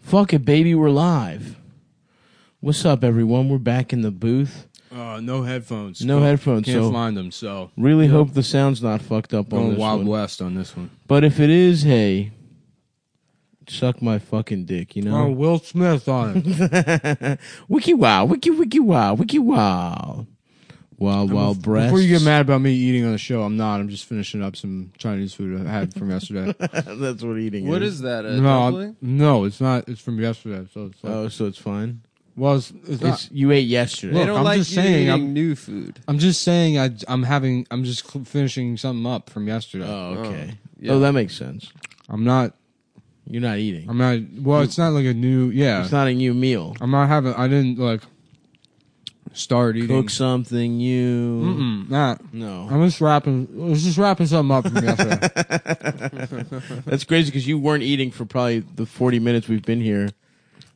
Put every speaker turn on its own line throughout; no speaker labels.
Fuck it, baby, we're live. What's up, everyone? We're back in the booth.
Uh, no headphones.
No headphones,
Can't
so-
find them. So
Really hope the sound's not fucked up on
going
this
wild
one.
west on this one.
But if it is, hey, suck my fucking dick, you
Oh,
know?
Will Smith on it. Oh.
wiki wow, wiki wiki wow, wiki wow. Wild, wild breath.
Before you get mad about me eating on the show, I'm not. I'm just finishing up some Chinese food I had from yesterday.
Uh, That's what eating
What
is.
is that? A
no,
dumpling?
I'm- no, it's not. It's from yesterday. So it's like,
Oh, so it's fine.
well, it's, it's not.
It's you ate yesterday.
They
Look,
don't
I'm
like
just
you
saying,
eating
I'm-
new food.
I'm just saying. I, I'm having. I'm just cl- finishing something up from yesterday.
Oh, okay.
yeah.
Oh, that makes sense.
I'm not.
You're not eating.
I'm not. Well, it's not like a new. Yeah,
It's not a new meal.
I'm not having. I didn't like start eating.
Cook something new.
Mm-mm, not.
No.
I'm just wrapping. I was just wrapping something up from yesterday.
That's crazy because you weren't eating for probably the 40 minutes we've been here.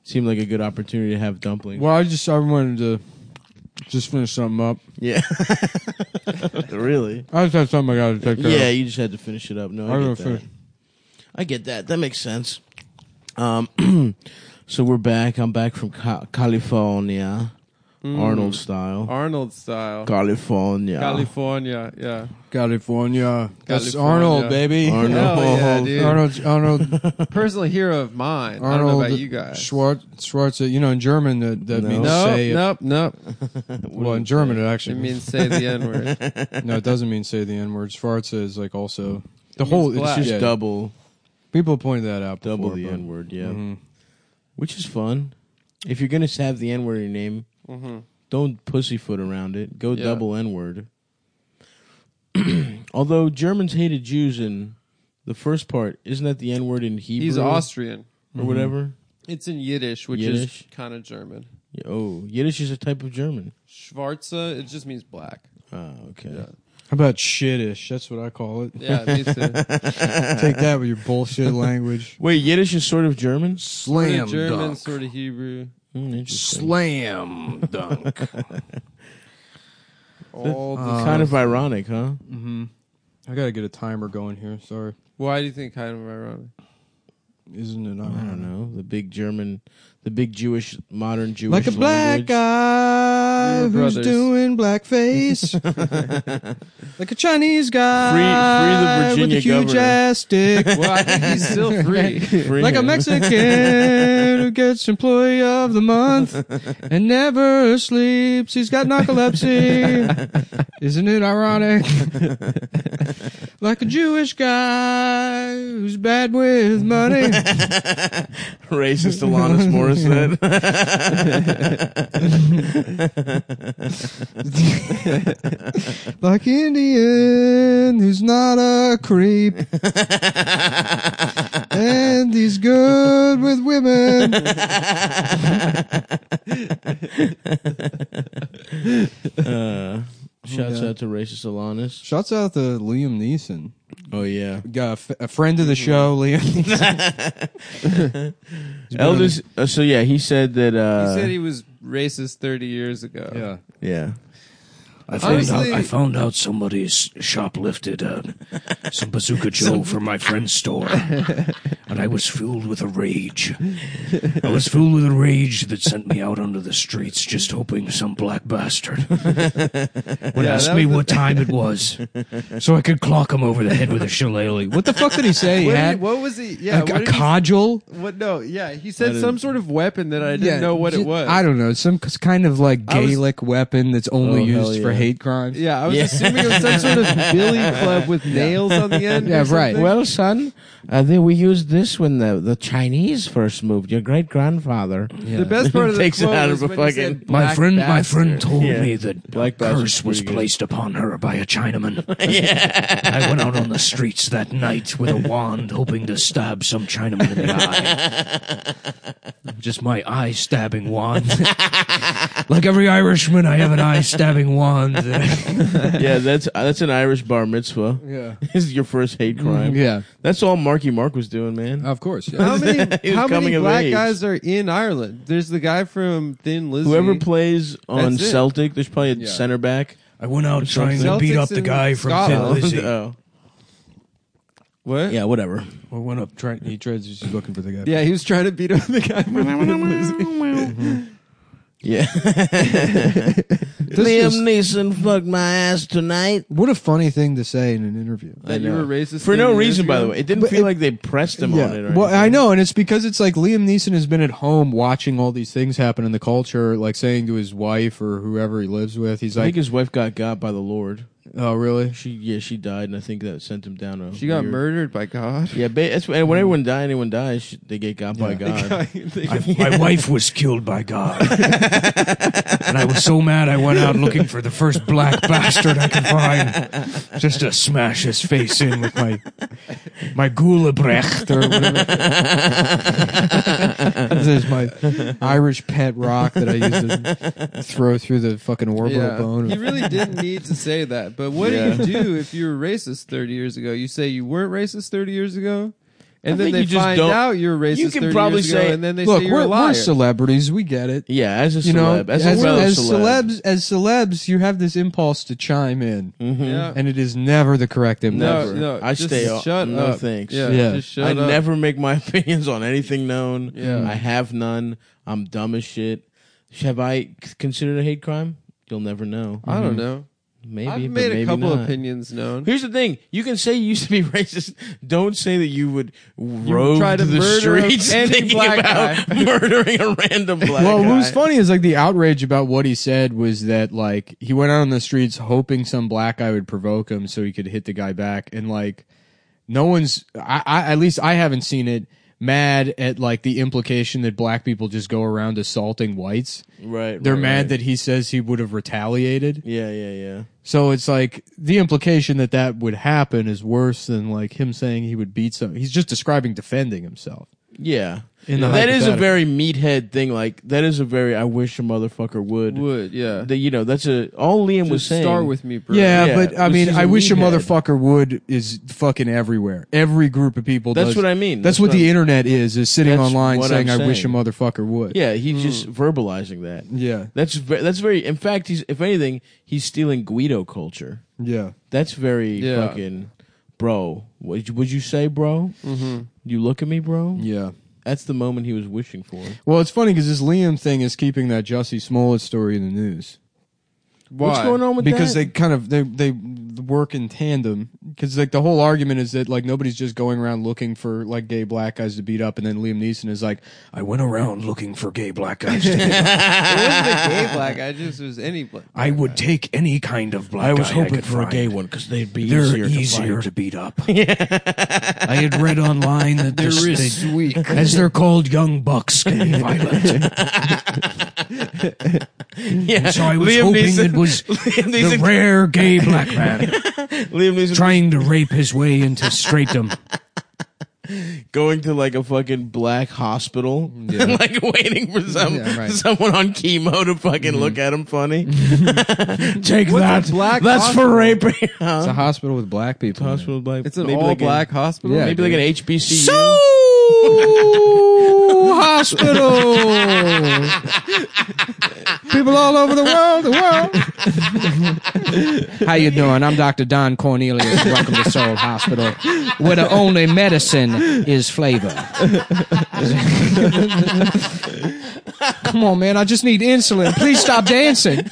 Seemed like a good opportunity to have dumplings.
Well, I just I wanted to just finish something up.
Yeah. really?
I just had something I got to take care
Yeah,
of.
you just had to finish it up. No,
I
I,
don't
get
finish.
that. I get that. That makes sense. Um, so we're back. I'm back from Ca- California,
Mm.
Arnold style.
Mm. Arnold style.
California.
California. Yeah.
California. That's
California.
Arnold, baby.
Arnold.
Hell yeah, dude.
Arnold. Arnold.
Personal hero of mine. I don't know
Arnold.
about you guys.
Schwarz, Schwarz. You know, in German that that
No.
means
Nope,
say.
nope, nope.
Well, in German it actually
It means say the N word.
no, it doesn't mean say the N word. Schwarz is like also the whole. It's
black.
just
Just double,
people pointed that out.
double
before,
the
but-
N word. Yeah.
Mhm.
Which is fun. If you're going to have the N word in your name,
hmm
don't pussyfoot around it. Go
Yeah.
double N word. Although Germans hated Jews in the first part, isn't that the N word in Hebrew
He's Austrian.
Mm-hmm.
or whatever?
It's in Yiddish, which
Yiddish?
is kind of German.
Yeah, Oh, Yiddish is a type of German.
Schwarze, it just means black.
Oh, okay.
Yeah.
How about shittish? That's what I call it.
Yeah, me too.
Take that with your bullshit language.
Wait, Yiddish is sort of German.
Sort
Slam
of German, sort of Hebrew.
Hmm, interesting.
Slam dunk.
All the
Uh, kind
Uh,
of ironic, huh?
hmm
Mm-hmm.
I gotta get a timer going here. Sorry,
Why do you think kind of ironic?
isn't it?
I don't know. The big German, the big Jewish, modern Jewish,
Like a black
language.
guy
We were
who's
brothers.
doing blackface. like a Chinese guy.
Free- free the
with a
Virginia
huge
governor.
ass dick.
Well, I think he's still free.
Free
like a
him.
Mexican who gets employee of the month and never sleeps. He's got narcolepsy. Isn't it ironic? like a Jewish guy who's bad with money.
racist Alanis Morissette.
like Indian who's not a creep. and he's good with women.
uh, shouts out to racist Alanis.
Shouts out to Liam Neeson.
Oh yeah.
Got a, f- a friend of the show, Liam. Neeson.
Elders. Uh, so yeah, he said that.
He
Uh,
said he was racist 30 years ago.
yeah.
yeah.
I found,
Honestly-
out, I found out somebody's shoplifted uh, some Bazooka Joe from my friend's store, and I was filled with a rage. I was filled with a rage that sent me out onto the streets, just hoping some black bastard would
Yeah,
ask
that
me
was the-
what time it was, so I could clock him over the head with a shillelagh. What
What the fuck did he say? He
What,
had
did, what was he? Yeah,
a,
what
a
did he-
codgel.
what? No, yeah, he said some sort of weapon that I didn't know what it was.
I don't know. Some c- kind of like
I was-
Gaelic weapon that's only
Oh, hell
used for
yeah.
hate crimes.
Yeah, I was assuming it was some sort of billy club with nails on the end. or
Yeah, right.
something.
Well, son, uh, they, we used this when the, the Chinese first moved. Your great grandfather.
the best part of the
Takes it
quote
out
was
of a
when he said
fucking-
my
black
friend, my
bastard.
friend told
Yeah.
me that
Black
a
bastard's
curse was
pretty good.
placed upon her by a Chinaman. I went out on the streets that night with a wand, hoping to stab some Chinaman in the eye. Just my eye stabbing wand. like every Irishman, I have an eye stabbing wand.
yeah, that's uh, that's an Irish bar mitzvah.
Yeah.
This is your first hate crime.
Yeah.
That's all Marky Mark was doing, man.
Of course.
How many,
He was
how
coming
many
of
black
age.
guys are in Ireland? There's the guy from Thin Lizzy.
Whoever plays on
That's it.
Celtic, there's probably a
Yeah.
center back.
I went out trying to beat
Celtics
up the
in
guy from Thin
Scotland.
Lizzy.
Oh.
What?
Yeah, whatever.
Well, one up. Try, he tries. He's looking for the guy.
Yeah, he was trying to beat up the guy.
Yeah. Liam
This is-
Neeson fucked my ass tonight.
What a funny thing to say in an interview.
I
That you
know.
were racist
For
in
no
an
reason, by the
interview?
way. It didn't
But
feel
it-
like they pressed him on it. Or
Well, I
anything.
know, and it's because it's like Liam Neeson has been at home watching all these things happen in the culture, like saying to his wife or whoever he lives with, he's
I
like,
think his wife got got by the Lord.
"Oh, really?
She yeah, she died, and I think that sent him down. A
She got
weird-
murdered by God.
Yeah, ba- that's and when everyone die, anyone dies, sh- they get got by
Yeah.
God.
I, my wife was killed by God. and I was so mad I went out looking for the first black bastard I could find just to smash his face in with my my Gulebrecht or whatever.
this is my Irish pet rock that I used to throw through the fucking orbital bone."
He really didn't need to say that. But what do you do if you were racist 30 years ago? You say you weren't racist 30 years ago,
I
and then
think
they
you just
find
don't-
out you're racist
You can
30
probably
years ago,
say,
and then they
Look,
say you're
we're,
a liar.
we're celebrities. We get it.
Yeah, as a
you know,
celeb, as, a fellow
as
celeb.
celebs, as celebs, you have this impulse to chime in,
Yeah.
and it is never the correct impulse.
no, no,
I
just
stay off.
shut
No
up.
thanks.
Yeah,
Yeah.
just shut
I
up.
never make my opinions on anything known.
Yeah.
I have none. I'm dumb as shit. Have I c- considered a hate crime? You'll never know. Mm-hmm.
I don't know.
Maybe
I've
but
made
maybe
a couple
not.
opinions known.
Here's the thing: you can say you used to be racist. Don't say that you would rove
tried
to
to
the
murder
streets
any
thinking
black
about murdering a random black
Well, what was
guy.
funny is like the outrage about what he said was that like he went out on the streets hoping some black guy would provoke him so he could hit the guy back, and like no one's I, I at least I haven't seen it mad at like the implication that black people just go around assaulting whites.
Right.
They're
right,
mad
right.
that he says he would have retaliated.
Yeah, yeah, yeah.
So it's like the implication that that would happen is worse than like him saying he would beat some. He's just describing defending himself.
Yeah.
In the
that is a
hypothetical.
very meathead thing. Like that is a very I wish a motherfucker would.
Would yeah.
That, you know, that's a all Liam was
Just
saying.
star with me, bro.
Yeah,
Yeah,
but I
this
mean,
is a
I wish a
meathead.
motherfucker would is fucking everywhere. Every group of people.
That's
does-
what I mean.
That's,
That's
what,
what
the
I'm-
internet is is sitting
That's
online
what
saying,
I'm
"I wish a
saying.
motherfucker would."
Yeah, he's just verbalizing that.
yeah,
That's ve- that's very. In fact, he's if anything, he's stealing Guido culture.
yeah.
That's very
Yeah.
fucking bro. Would you, would you say, bro? Mm-hmm. You look at me, bro.
yeah.
That's the moment he was wishing for.
Well, it's funny because this Liam thing is keeping that Jussie Smollett story in the news
Why?
What's going on with
because
that?
they kind of they they work in tandem because like the whole argument is that like nobody's just going around looking for like gay black guys to beat up, and then Liam Neeson is like,
I went around looking for gay black guys. to hit.
It wasn't a gay black. I just it was any black.
I would take any kind of black guy I was hoping for a gay
one because they'd be
They're easier, to, beat up. I had read online that they're
weak.
as they're called, young bucks can be violent.
Yeah,
So I was
Liam
hoping
Neeson,
it was
Liam
the
Neeson,
rare gay black man
Liam Neeson
trying to rape his way into straightdom.
going to like a fucking black hospital, and like waiting for some
Yeah, right. Mm-hmm.
someone on chemo to fucking look at him funny.
Take
What's a black
That's
hospital?
for raping.
"It's a hospital with black people." in it.
hospital black.
It's an
maybe
all
like an-
black hospital.
Yeah.
maybe like an HBCU.
Ooh, hospital. People all over the world, the world. How you doing? I'm Dr. Don Cornelius. Welcome to Soul Hospital, where the only medicine is flavor. Come on, man. I just need insulin. Please stop dancing.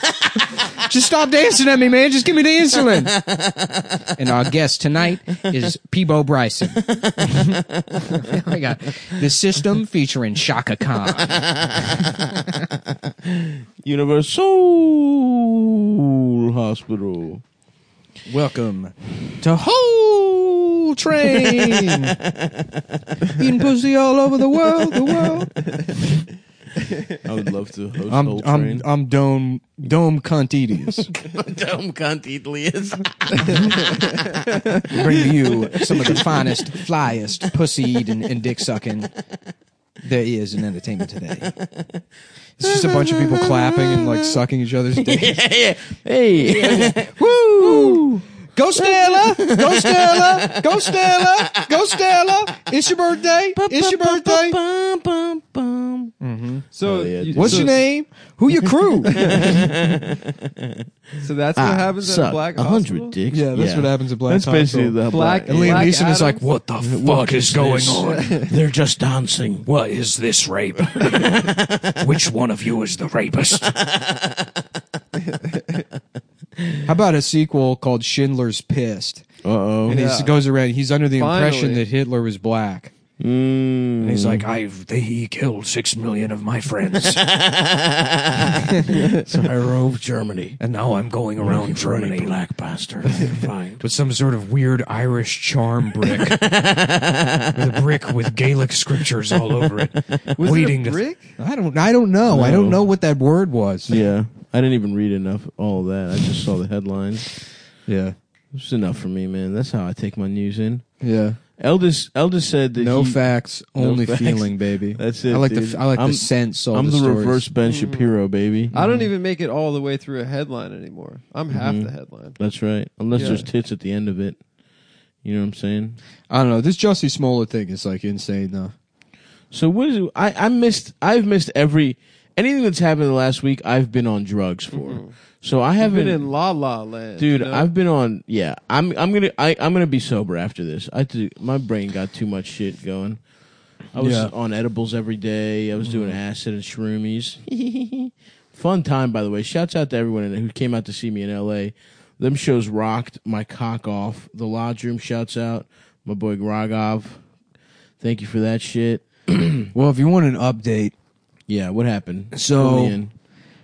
Just stop dancing at me, man. Just give me the insulin. And our guest tonight is Peebo Bryson. I got the system featuring Shaka Khan.
Universal Hospital.
Welcome to Whole Train. Eating pussy all over the world, the world.
I would love to host
I'm
Whole
I'm
Train.
I'm dome dome cuntedious.
Dumb cunt Idlius.
Bring you some of the finest, flyest pussy eating and dick sucking there is in entertainment today. It's just a bunch of people clapping and like sucking each other's dick.
yeah, yeah. Hey.
Woo! Go Stella! Go Stella! Go Stella! Go Stella! It's your birthday! It's your birthday!
Bum, bum, bum.
So
Oh, yeah,
you-
dude.
What's
so-
your name? Who your crew?
So that's
Ah,
what happens at a black
Ah, a
hospital?
hundred dicks.
yeah, that's what happens at Black
That's basically
Hospital.
the
Black-
And Liam
Black
Neeson is like,
Adams?
what the fuck is going
this?
on?
They're just dancing.
What is this rape? Which one of you is the rapist?
How about a sequel called Schindler's Pissed?
Uh oh.
And he
Yeah.
goes around. He's under the impression
Finally.
that Hitler was black.
Mm.
And he's like, I've they, he killed six million of my friends,
so I rove Germany.
and now I'm going around Germany. Like,
black bastard. I can find.
But some sort of weird Irish charm brick.
with a brick with Gaelic scriptures all over it,
Was
waiting
it a brick?
I don't. I don't know. I don't know what that word was.
Yeah, I didn't even read enough of all that. I just saw the headlines.
Yeah.
It's enough for me, man. That's how I take my news in.
Yeah.
Eldest, eldest said that
No
he,
facts,
no
only
facts.
feeling, baby.
That's it,
I like
dude.
the. I like
I'm-
the sense. Of
I'm the,
stories.
reverse Ben Shapiro, baby.
I don't even make it all the way through a headline anymore. I'm half
Mm-hmm.
the headline.
That's right. Unless
Yeah.
there's tits at the end of it. You know what I'm saying?
I don't know. This Jussie Smollett thing is like insane, though.
So what is it? I I missed. I've missed every anything that's happened in the last week. I've been on drugs for. So I
I've
haven't.
been in La La Land,
Dude,
you know?
I've been on. Yeah, I'm. I'm gonna. I, I'm gonna be sober after this. I do, my brain got too much shit going. I was
Yeah. Mm-hmm.
on edibles every day. I was doing acid and shroomies. Fun time, by the way. Shouts out to everyone in- who came out to see me in L.A. Them shows rocked my cock off. The lodge room shouts out my boy Grogov. Thank you for that shit.
Well, if you want an update,
Yeah, what happened?
So-
Fill me in.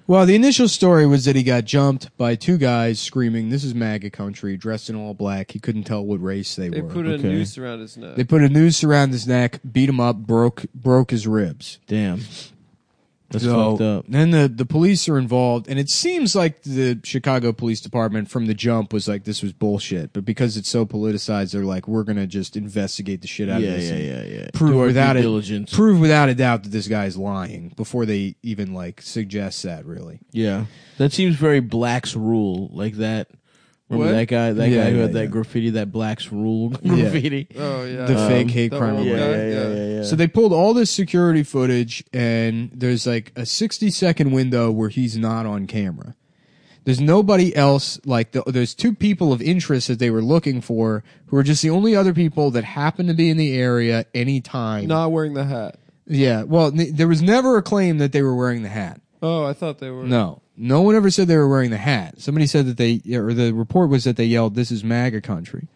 well, the initial story was that he got jumped by two guys screaming, "This is MAGA country," dressed in all black. He couldn't tell what race they,
they
were.
put
okay.
a noose around his neck.
they put a noose around his neck, beat him up, broke broke his ribs.
damn, that's
So,
fucked up.
Then the, the police are involved, and it seems like the Chicago Police Department from the jump was like, this was bullshit. But because it's so politicized, they're like, we're going to just investigate the shit out
Yeah,
of this.
yeah,
and
yeah, yeah.
Prove
Do our due
without, a,
diligence.
prove without a doubt that this guy's lying before they even like suggest that, really.
Yeah, that seems very Black's Rule, like that. Remember
What?
that guy? That
Yeah,
guy who
yeah,
had that
yeah.
graffiti, that Black's Rule graffiti.
oh yeah,
The fake hate
the
crime
old
Yeah,
guy,
yeah,
yeah.
So they pulled all this security footage, and there's like a 60 second window where he's not on camera. There's nobody else, like, the, there's two people of interest that they were looking for who are just the only other people that happen to be in the area anytime.
Not wearing the hat.
Yeah, well, n- there was never a claim that they were wearing the hat.
Oh, I thought they were.
No. No one ever said they were wearing the hat. Somebody said that they, or the report was that they yelled, This is MAGA country,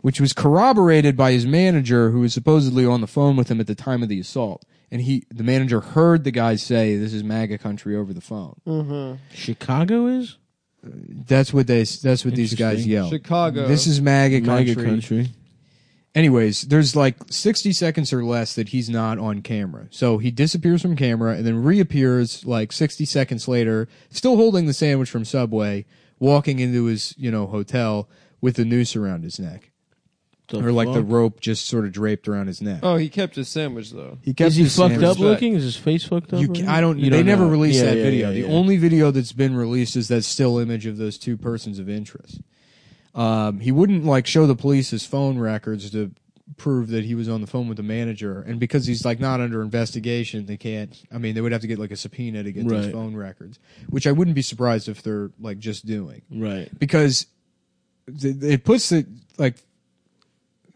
which was corroborated by his manager, who was supposedly on the phone with him at the time of the assault. And he, the manager heard the guy say, This is MAGA country over the phone.
Chicago is
That's what they, that's what these guys
Interesting.
yelled.
Chicago.
This is MAGA country.
mega country.
Anyways, there's like 60 seconds or less that he's not on camera. So he disappears from camera and then reappears like 60 seconds later, still holding the sandwich from Subway, walking into his, you know, hotel with the noose around his neck
The
or like the
fuck?
rope just sort of draped around his neck.
Oh, he kept his sandwich though.
He kept
is he
his
fucked
sandwich-
up looking? Is his face fucked up?
You
right
ca-
now?
I don't,
You
they never
know.
released
Yeah,
that
yeah,
video.
yeah,
The
yeah.
only video that's been released is that still image of those two persons of interest. Um, he wouldn't like show the police his phone records to prove that he was on the phone with the manager, and because he's like not under investigation, they can't. I mean, they would have to get like a subpoena to get these
Right.
phone records, which I wouldn't be surprised if they're like just doing
right.
because th- it puts the like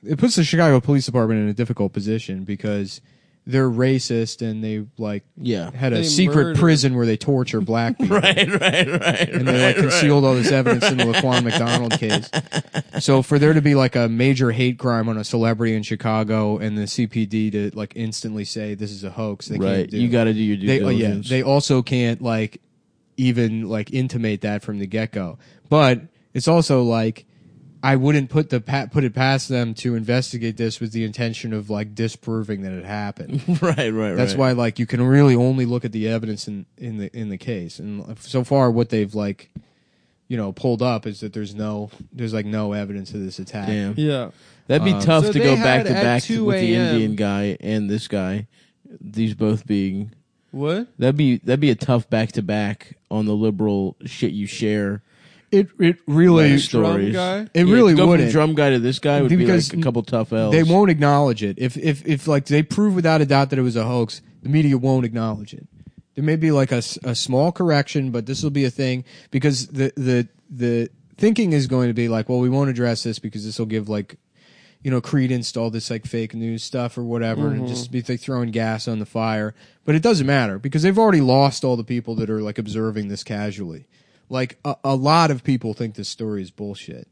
it puts the Chicago Police Department in a difficult position because they're racist and they like
Yeah.
had a
They
secret
murder.
prison where they torture black people
Right, right, right.
and they like concealed all this evidence in the Laquan McDonald case. So for there to be like a major hate crime on a celebrity in Chicago and the CPD to like instantly say this is a hoax, they
Right.
can't do.
You gotta do your due
they, oh,
diligence.
yeah, they also can't like even like intimate that from the get go. But it's also like. I wouldn't put the pa- put it past them to investigate this with the intention of like disproving that it happened.
right, right.
That's
right.
why like you can really only look at the evidence in in the in the case. And so far what they've like you know pulled up is that there's no there's like no evidence of this attack.
Damn.
Yeah.
That'd
um,
be tough
so
to
they
go back
had
to
at
back
2
with the
a.m.
Indian guy and this guy. These both being
What?
that'd be that'd be a tough back to back on the liberal shit you share.
It it
Like
really
stories.
guy?
It really
go from
wouldn't.
drum guy to this guy would
Because
be like a couple tough L's.
they won't acknowledge it. If if if like they prove without a doubt that it was a hoax, the media won't acknowledge it. There may be like a, s- a small correction, but this will be a thing because the the the thinking is going to be like, well, we won't address this because this will give like you know credence to all this like fake news stuff or whatever, and just be like throwing gas on the fire. But it doesn't matter because they've already lost all the people that are like observing this casually. Like a, a lot of people think this story is bullshit.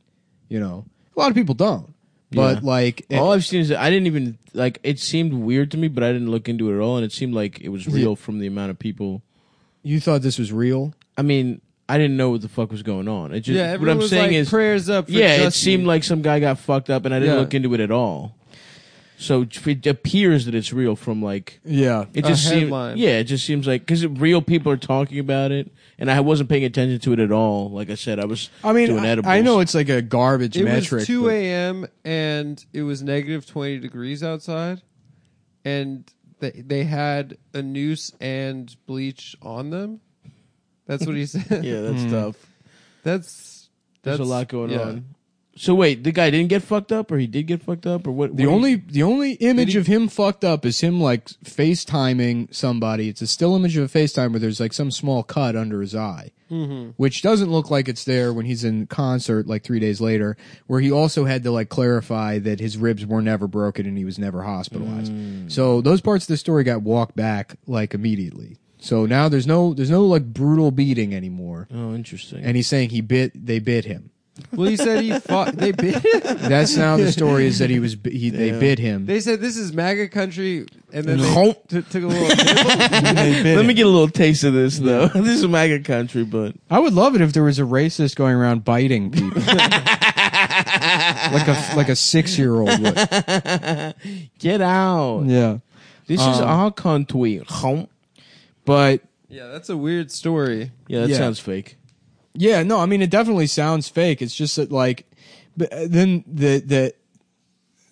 You know, a lot of people don't. But like,
All I've seen is I didn't even like. It seemed weird to me, but I didn't look into it at all, and it seemed like it was real from the amount of people.
you thought this was real.
I mean, I didn't know what the fuck was going on. It just what
Yeah,
I'm
everyone was
saying
like,
is
prayers up. For
yeah, it
Justin.
seemed like some guy got fucked up, and I didn't
Yeah.
look into it at all. So it appears that it's real from like
Yeah.
it
A
just seems
headline.
yeah, it just seems like because real people are talking about it, and I wasn't paying attention to it at all. Like I said, I was
I mean,
doing edibles.
I, I know it's like a garbage
it
metric.
was 2
but-
a.m. and it was negative 20 degrees outside, and they, they had a noose and bleach on them. That's what he said.
yeah, that's tough.
That's
There's
Hmm. that's
a lot going
yeah.
on. So wait, the guy didn't get fucked up, or he did get fucked up, or what?
The
what-
only the only image of him fucked up is him like FaceTiming somebody. It's a still image of a FaceTime where there's like some small cut under his eye, which doesn't look like it's there when he's in concert like three days later, where he also had to like clarify that his ribs were never broken and he was never hospitalized. So those parts of the story got walked back like immediately. So now there's no there's no like brutal beating anymore,
oh, interesting.
and he's saying he bit they bit him.
Well, he said he fought. They bit.
That's now the story is that he was he, they bit him.
They said this is MAGA country, and then
No.
they t- took a little.
Let me get a little taste of this though. this is MAGA country, but
I would love it if there was a racist going around biting people, like a like a six year old would.
get out.
Yeah,
This is
Um,
our country. Home.
but
yeah, that's a weird story.
Yeah, that
Yeah.
sounds fake.
yeah, no, I mean it definitely sounds fake. It's just that like, but uh, then the the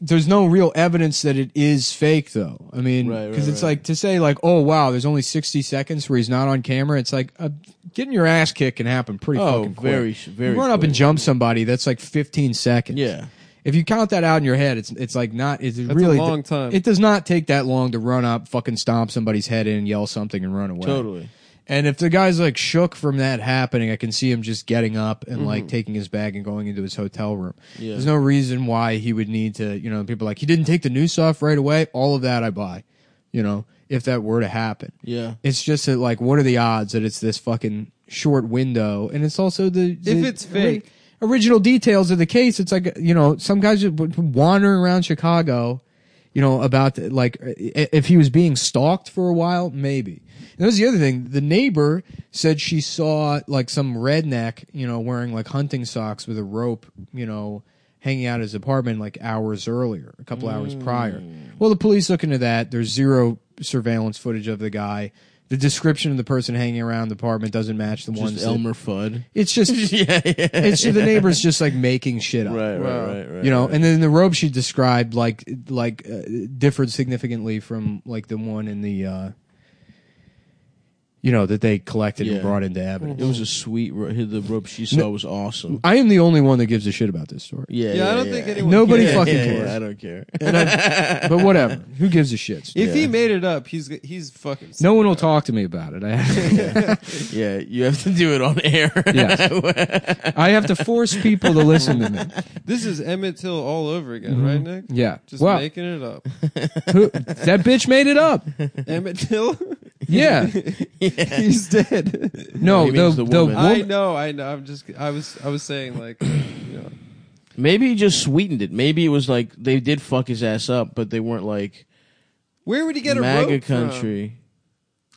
there's no real evidence that it is fake though. I mean, because
Right, right,
it's
right.
like to say like, oh wow, there's only sixty seconds where he's not on camera. It's like uh, getting your ass kicked can happen pretty
Oh,
fucking quick.
very, very.
you run up
quick.
and jump somebody. That's like fifteen seconds.
Yeah.
If you count that out in your head, it's it's like not. It's
That's
really
a long time.
It does not take that long to run up, fucking stomp somebody's head in, yell something, and run away.
Totally.
And if the guy's like shook from that happening, I can see him just getting up and like taking his bag and going into his hotel room.
Yeah.
There's no reason why he would need to. You know, people are like he didn't take the noose off right away. All of that I buy. You know, if that were to happen.
Yeah.
It's just that, like, what are the odds that it's this fucking short window? And it's also the, the
it's fake.
ori- original details of the case. It's like you know, some guys just w- wandering around Chicago, you know, about like i- if he was being stalked for a while, maybe. And that was the other thing. The neighbor said she saw like some redneck, you know, wearing like hunting socks with a rope, you know. Hanging out at his apartment like hours earlier, a couple hours
Mm.
prior. Well, the police look into that. There's zero surveillance footage of the guy. The description of the person hanging around the apartment doesn't match the ones.
Just
that-
Elmer Fudd.
it's just
yeah, yeah.
it's the neighbors just like making shit up.
Right,
Wow.
right, right, right.
You know,
right.
and then the robe she described like like uh, differed significantly from like the one in the uh you know that they collected
Yeah.
and brought into evidence.
it was a sweet. ro- The rope she saw was awesome.
I am the only one that gives a shit about this story.
Yeah,
Yeah, I don't think anyone
Nobody
cares.
fucking
yeah,
cares.
yeah, I don't care.
but whatever. Who gives a shit?
If he
Yeah.
made it up, he's he's fucking.
no one will talk to me about it. I have,
yeah, you have to do it on air.
Yes. I have to force people to listen to me.
This is Emmett Till all over again, right, Nick?
Yeah.
Just
Well,
making it up.
who, that bitch made it up.
Emmett Till,
Yeah.
he's dead.
No,
He
the,
means
the,
the woman.
woman-
I know, I know. I'm just. I was. I was saying like, you know,
Maybe he just sweetened it. Maybe it was like they did fuck his ass up, but they weren't like
where would he get a
MAGA
rope from?
country.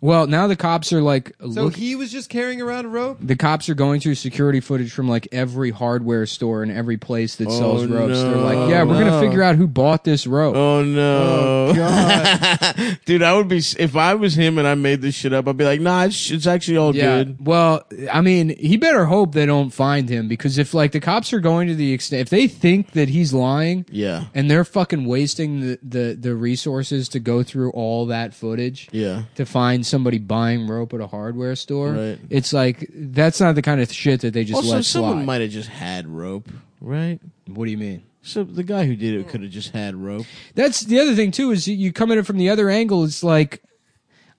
Well, now the cops are like
So
look-
he was just carrying around a rope.
the cops are going through security footage from like every hardware store and every place that sells ropes. They're
Oh, no.
like, yeah, we're
No.
gonna figure out who bought this rope.
Oh no,
God.
dude! I would be if I was him and I made this shit up. I'd be like, nah, it's, it's actually all
yeah.
good.
Well, I mean, he better hope they don't find him because if like the cops are going to the extent, if they think that he's lying
Yeah,
and they're fucking wasting the the, the resources to go through all that footage.
yeah.
To find somebody buying rope at a hardware store,
Right.
it's like that's not the kind of shit that they just
also,
let
someone
slide.
might have just had rope, right?
what do you mean?
So the guy who did it could have just had rope.
That's the other thing too is you come at it from the other angle. It's like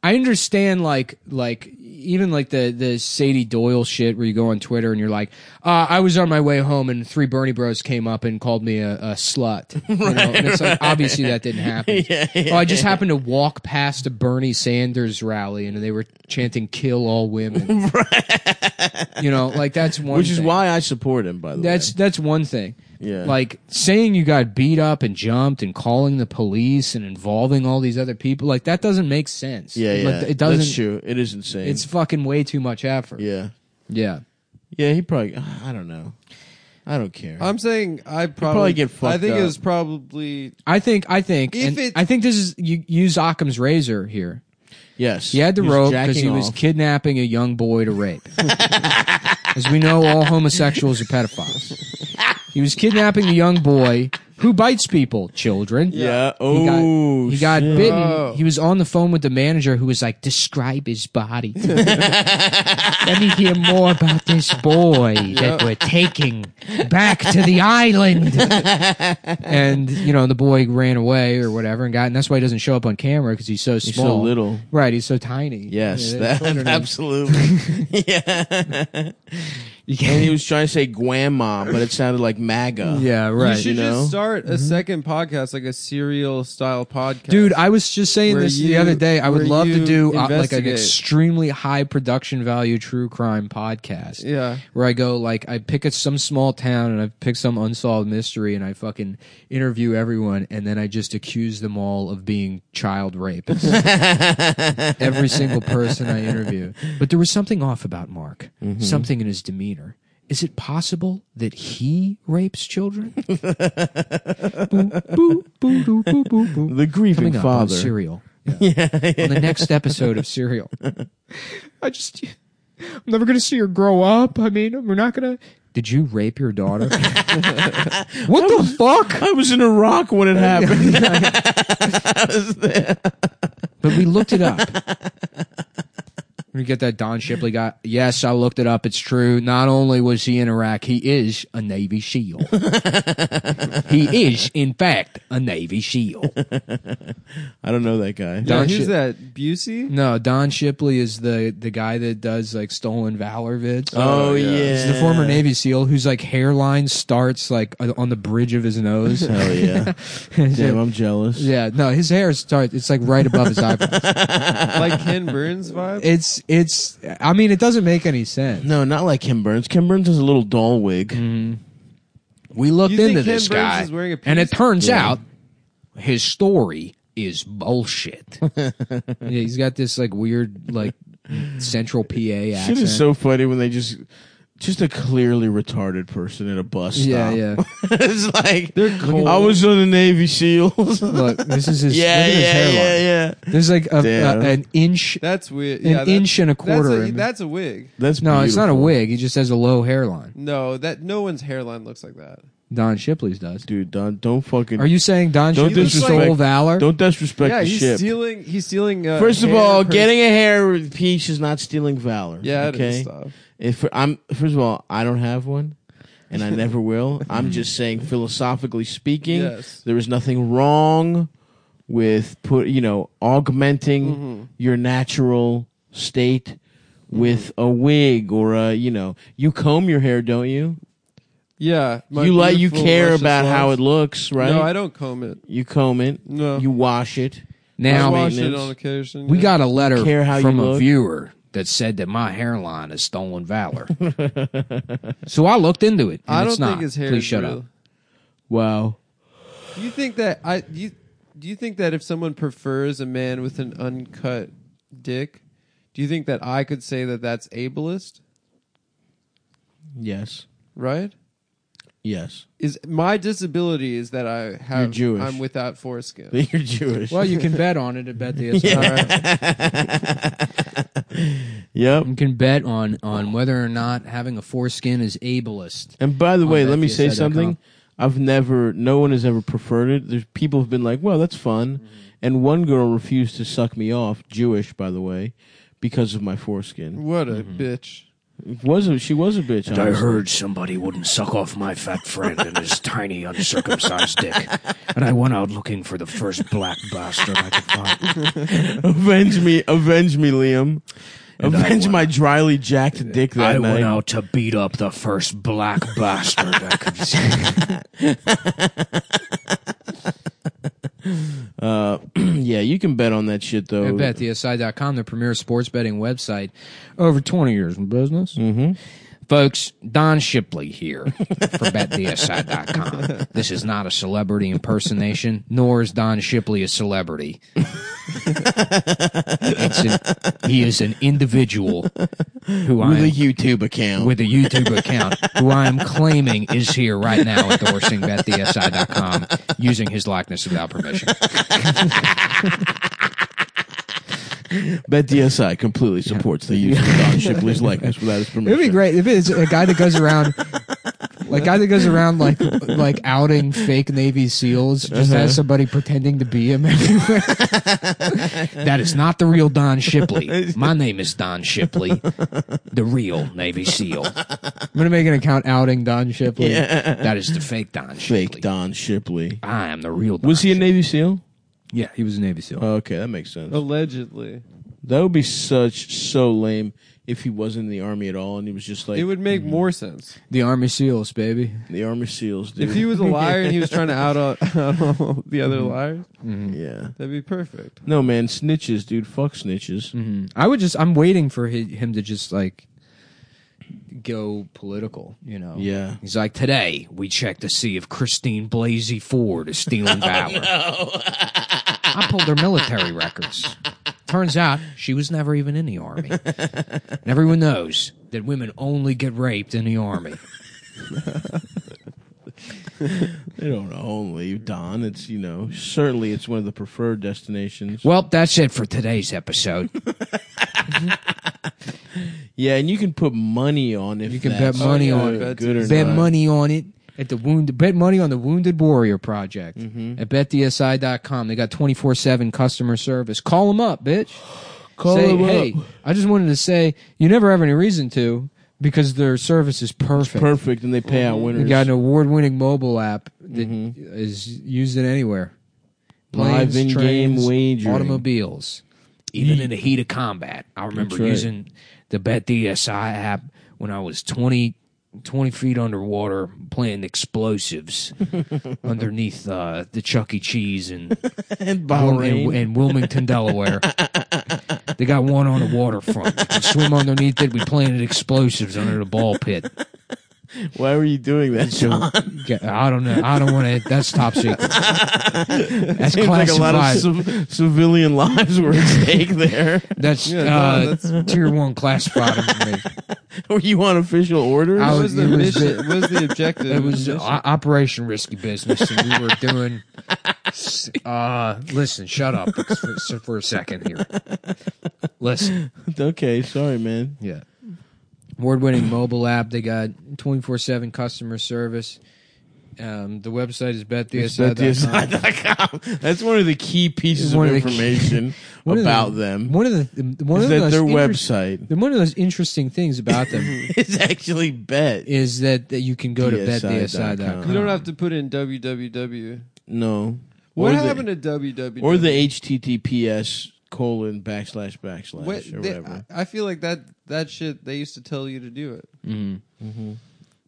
I understand like like even like the the Sadie Doyle shit where you go on Twitter and you're like, uh, I was on my way home and three Bernie Bros came up and called me a, a slut. You know? and it's like obviously that didn't happen. well, I just happened to walk past a Bernie Sanders rally and they were chanting "kill all women." you know, like that's one.
Which is
thing.
why I support him, by the
That's
way.
that's one thing.
Yeah.
Like saying you got beat up and jumped and calling the police and involving all these other people, like that doesn't make sense.
Yeah,
Like,
yeah.
it doesn't
That's true. It is insane.
it's fucking way too much effort.
yeah.
Yeah.
Yeah, he probably. I don't know. I don't care.
Uh,
I'm saying I probably,
get
I
fucked
think
up.
it was probably
I think I think
If
and
it-
I think this is you use Occam's razor here.
yes,
He had the
He was
rope because he
jacking
was
off.
kidnapping a young boy to rape. As we know, all homosexuals are pedophiles. He was kidnapping a young boy who bites people, children.
Yeah.
He got,
Oh,
he got
shit.
bitten.
Oh.
He was on the phone with the manager who was like, describe his body. Let me hear more about this boy that we're taking back to the island. and, you know, the boy ran away or whatever and got, and that's why he doesn't show up on camera because he's so
so
small.
little.
Right. He's so tiny.
Yes,
Yeah,
that,
children are-
absolutely. yeah. and he was trying to say grandma, but it sounded like MAGA.
Yeah,
you
right.
should
you know? Mm-hmm.
just start a second podcast, like a serial style podcast.
Dude, I was just saying
Where
this the
you-
other day. I would
where
love to
you
do uh, like an
investigate.
extremely high production value true crime podcast.
Yeah.
Where I go like I pick a, some small town and I pick some unsolved mystery and I fucking interview everyone and then I just accuse them all of being child rapists. Every single person I interview. But there was something off about Mark. Something in his demeanor. Is it possible that he rapes children? Boo, boo, doo, boo, boo, boo.
The grieving
Coming up on
father.
Serial. Yeah. on the next episode of Serial. I just, I'm never gonna see her grow up. I mean, we're not gonna. Did you rape your daughter? what the fuck?
I was in Iraq when it happened.
But we looked it up. We get that Don Shipley guy. Yes, I looked it up. It's true. Not only was he in Iraq, he is a Navy SEAL. he is, in fact, a Navy SEAL.
I don't know that guy.
Yeah,
Don
who's
Ship-
that? Busey?
No, Don Shipley is the the guy that does like stolen valor vids.
Oh, yeah.
He's the former Navy SEAL whose like hairline starts like uh, on the bridge of his nose.
Hell yeah. Damn, I'm jealous.
yeah, no, his hair starts. It's like right above his eyebrows.
like Ken Burns vibe?
It's it's. I mean, it doesn't make any sense.
No, not like Kim Burns. Kim Burns is a little doll wig.
Mm. We looked
You think
into
Ken
this
Burns
guy,
is wearing a
and it
piece?
turns out his story is bullshit. yeah, he's got this like weird like Central PA accent.
Shit is so funny when they just just a clearly retarded person in a bus stop.
yeah, yeah.
it's like
They're cool.
I was on the Navy SEALs.
Look, this is his.
yeah,
look at his
yeah,
hairline.
yeah, yeah.
There's like a,
Damn.
a- an inch.
that's weird.
An
Yeah, that-
inch and a quarter.
That's a, that's a wig.
That's
No, it's not a
beautiful.
wig. He just has a low hairline.
No, that no one's hairline looks like that.
Don Shipley's does.
dude. Don't don't fucking
Are you saying Don
Don't
Shipley
disrespect-
stole valor?
don't disrespect
yeah,
the
he's
ship.
stealing. He's stealing. Uh,
First of
hair
all,
per-
getting a hair piece is not stealing valor.
yeah, it is
okay.
stuff.
If I'm first of all, I don't have one, and I never will. I'm just saying, philosophically speaking,
Yes.
there is nothing wrong with put you know augmenting
Mm-hmm.
your natural state with a wig or a you know you comb your hair, don't you?
Yeah, my
you like you
beautiful,
care
luscious
about how it
locks.
looks, right?
No, I don't comb it.
you comb it.
No.
You wash it.
I
now
mean,
wash it
it's-
on occasion.
we
yeah.
got a letter
care how you
from a
look.
viewer that said that my hairline is stolen valor. so I looked into it. And
I don't
it's not.
think his hair.
Please
is
shut
real.
up.
Wow.
Do you think that I you do you think that if someone prefers a man with an uncut dick, do you think that I could say that that's ableist?
Yes.
Right?
Yes.
Is my disability is that I have
Jewish.
I'm without foreskin.
You're Jewish.
Well, you can bet on it. I bet the
Yep.
You can bet on on whether or not having a foreskin is ableist.
And by the
on
way, let
E
me say
betpsa.com.
something. I've never, no one has ever preferred it. There's people have been like, "Well, that's fun,"
Mm-hmm.
and one girl refused to suck me off. Jewish, by the way, because of my foreskin.
What a bitch.
It was a, she was a bitch.
And I
honestly.
heard somebody wouldn't suck off my fat friend and his tiny uncircumcised dick. And I went out looking for the first black bastard I could find.
avenge me, avenge me, Liam.
And I
avenge
went-
my dryly jacked dick that
I
night.
went out to beat up the first black bastard I could see.
Uh, yeah, you can bet on that shit though.
At BetTheSI.com, the premier sports betting website. Over 20 years in business. Mm-hmm. Folks, Don Shipley here for BetTheSI.com. This is not a celebrity impersonation, nor is Don Shipley a celebrity. It's an- he is an individual who I
with a
am
YouTube account.
with a YouTube account who I am claiming is here right now endorsing betthesi.com using his likeness without permission.
Bet DSI completely supports the use of Don Shipley's likeness without his permission.
It would be great if it's a guy that goes around, like guy that goes around like like outing fake Navy SEALs, just as somebody pretending to be him everywhere. that is not the real Don Shipley. My name is Don Shipley,
The real Navy SEAL.
I'm gonna make an account outing Don Shipley.
That is the fake Don Shipley.
Fake Don Shipley.
I am the real Don
Was he a Navy SEAL? Oh,
Yeah, he was a Navy SEAL.
Okay, that makes sense.
Allegedly,
That would be such so lame if he wasn't in the army at all and he was just like
it would make more sense
The Army SEALs, baby.
the army SEALs. Dude.
if he was a liar and he was trying to out all, out all the other liars.
yeah.
That'd be perfect.
No man, snitches, dude. Fuck snitches.
Mm. I would just. I'm waiting for hi- him to just like go political. You know.
Yeah.
He's like, today we check to see if Christine Blasey Ford is stealing valor.
I pulled their military records. Turns out she was never even in the army. And everyone knows that women only get raped in the army.
They don't only Don. It's you know certainly it's one of the preferred destinations.
Well, that's it for today's episode.
Yeah, and you can put money on if
You can
that's
bet money
good-
on
it.
good or
bet
not.
money on it at the wound bet money on the wounded warrior project at betdsi.com. They got 24/7 customer service. Call them up, bitch.
Call
Say,
'em up.
hey, I just wanted to say you never have any reason to because their service is perfect.
Perfect, and they pay out
We
winners.
got an award-winning mobile app that is used in anywhere.
Mm-hmm. Live
Planes,
in-game
trains,
wagering.
automobiles.
even in the heat of combat. I remember
That's right.
using the Bet DSI app when I was 20, 20 feet underwater playing explosives underneath uh, the Chuck E. Cheese in,
Oh, and
Wil-
Bahrain.
in, in Wilmington, Delaware. they got one on the waterfront. You can swim underneath it. We planted explosives under the ball pit.
Why were you doing that?
So I don't know. I don't want to. That's top secret. That's
Seems like a
classified.
lot of civ- civilian lives were at stake there.
That's
Yeah, no,
uh, tier one classified information.
were you on official orders?
I
What
would-
was the
it was
mission? What was the objective?
It
of the
was
mission?
o- Operation Risky Business, and we were doing. Uh, listen, shut up for, so for a second here. Listen,
okay, sorry, man.
yeah. Award-winning mobile app. They got twenty-four-seven customer service. Um, the website is betdsi.com.
BetDSI.com. That's one of the key pieces
One
of
of the key-
information
One of the-
about them.
One of the one
is
of
that
those
their
inter-
website
One of those interesting things about them
is actually bet.
is that, that you can go to
DSI.com.
betdsi.com.
you don't have to put in www.
No.
What
or
happened
The,
to www?
or the HTTPS colon backslash backslash
What-
or
they-
whatever.
I I feel like that that shit they used to tell you to do it.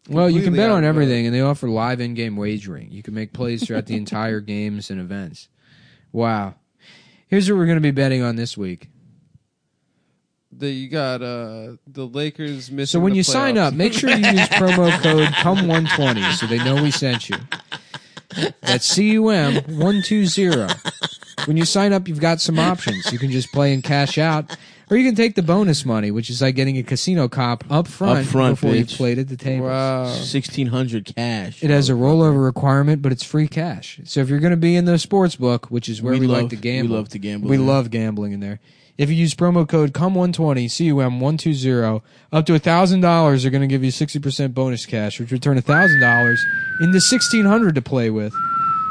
Well, you can
Completely
bet
out
on
of bounds.
everything, and they offer live in-game wagering. You can make plays throughout the entire games and events. Wow. Here's what we're going to be betting on this week.
The, you got uh, the Lakers missing.
So when
the
you sign
playoffs.
up, make sure you use promo code CUM120 so they know we sent you. That's CUM120. When you sign up, you've got some options. You can just play and cash out, or you can take the bonus money, which is like getting a casino cop up front,
Up front,
before
bitch.
you played at the table.
wow,
Sixteen hundred cash.
uh, It has a rollover requirement, but it's free cash. So if you're going to be in the sports book, which is where
We
we,
love-
like to gamble,
we love to gamble
We
there.
love gambling in there. If you use promo code CUM120, CUM120, up to $1,000, they're going to give you 60% bonus cash, which would turn $1,000 into 1600 to play with.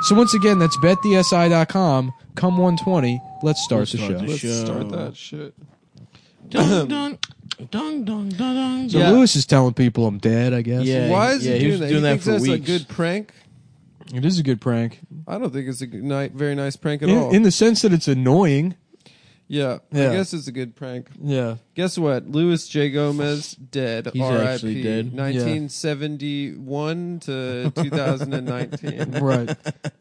So once again, that's betdsi.com, CUM120. Let's start,
Let's
the
start
show.
the
let's
Show.
start that shit.
Dun, dun. Dong dong dong dong.
So
Yeah.
Lewis is telling people I'm dead, I guess.
Yeah.
Why is
yeah,
he
he
doing
was
that?
doing
he
that
thinks
for
that's a
weeks.
good prank.
It is a good prank.
I don't think it's a good, ni- very nice prank at
In,
all.
in the sense that it's annoying.
yeah,
Yeah.
I guess it's a good prank.
Yeah.
Guess what? Louis J. Gomez dead.
He's
R.I.P.
actually dead.
1971 to 2019.
Right.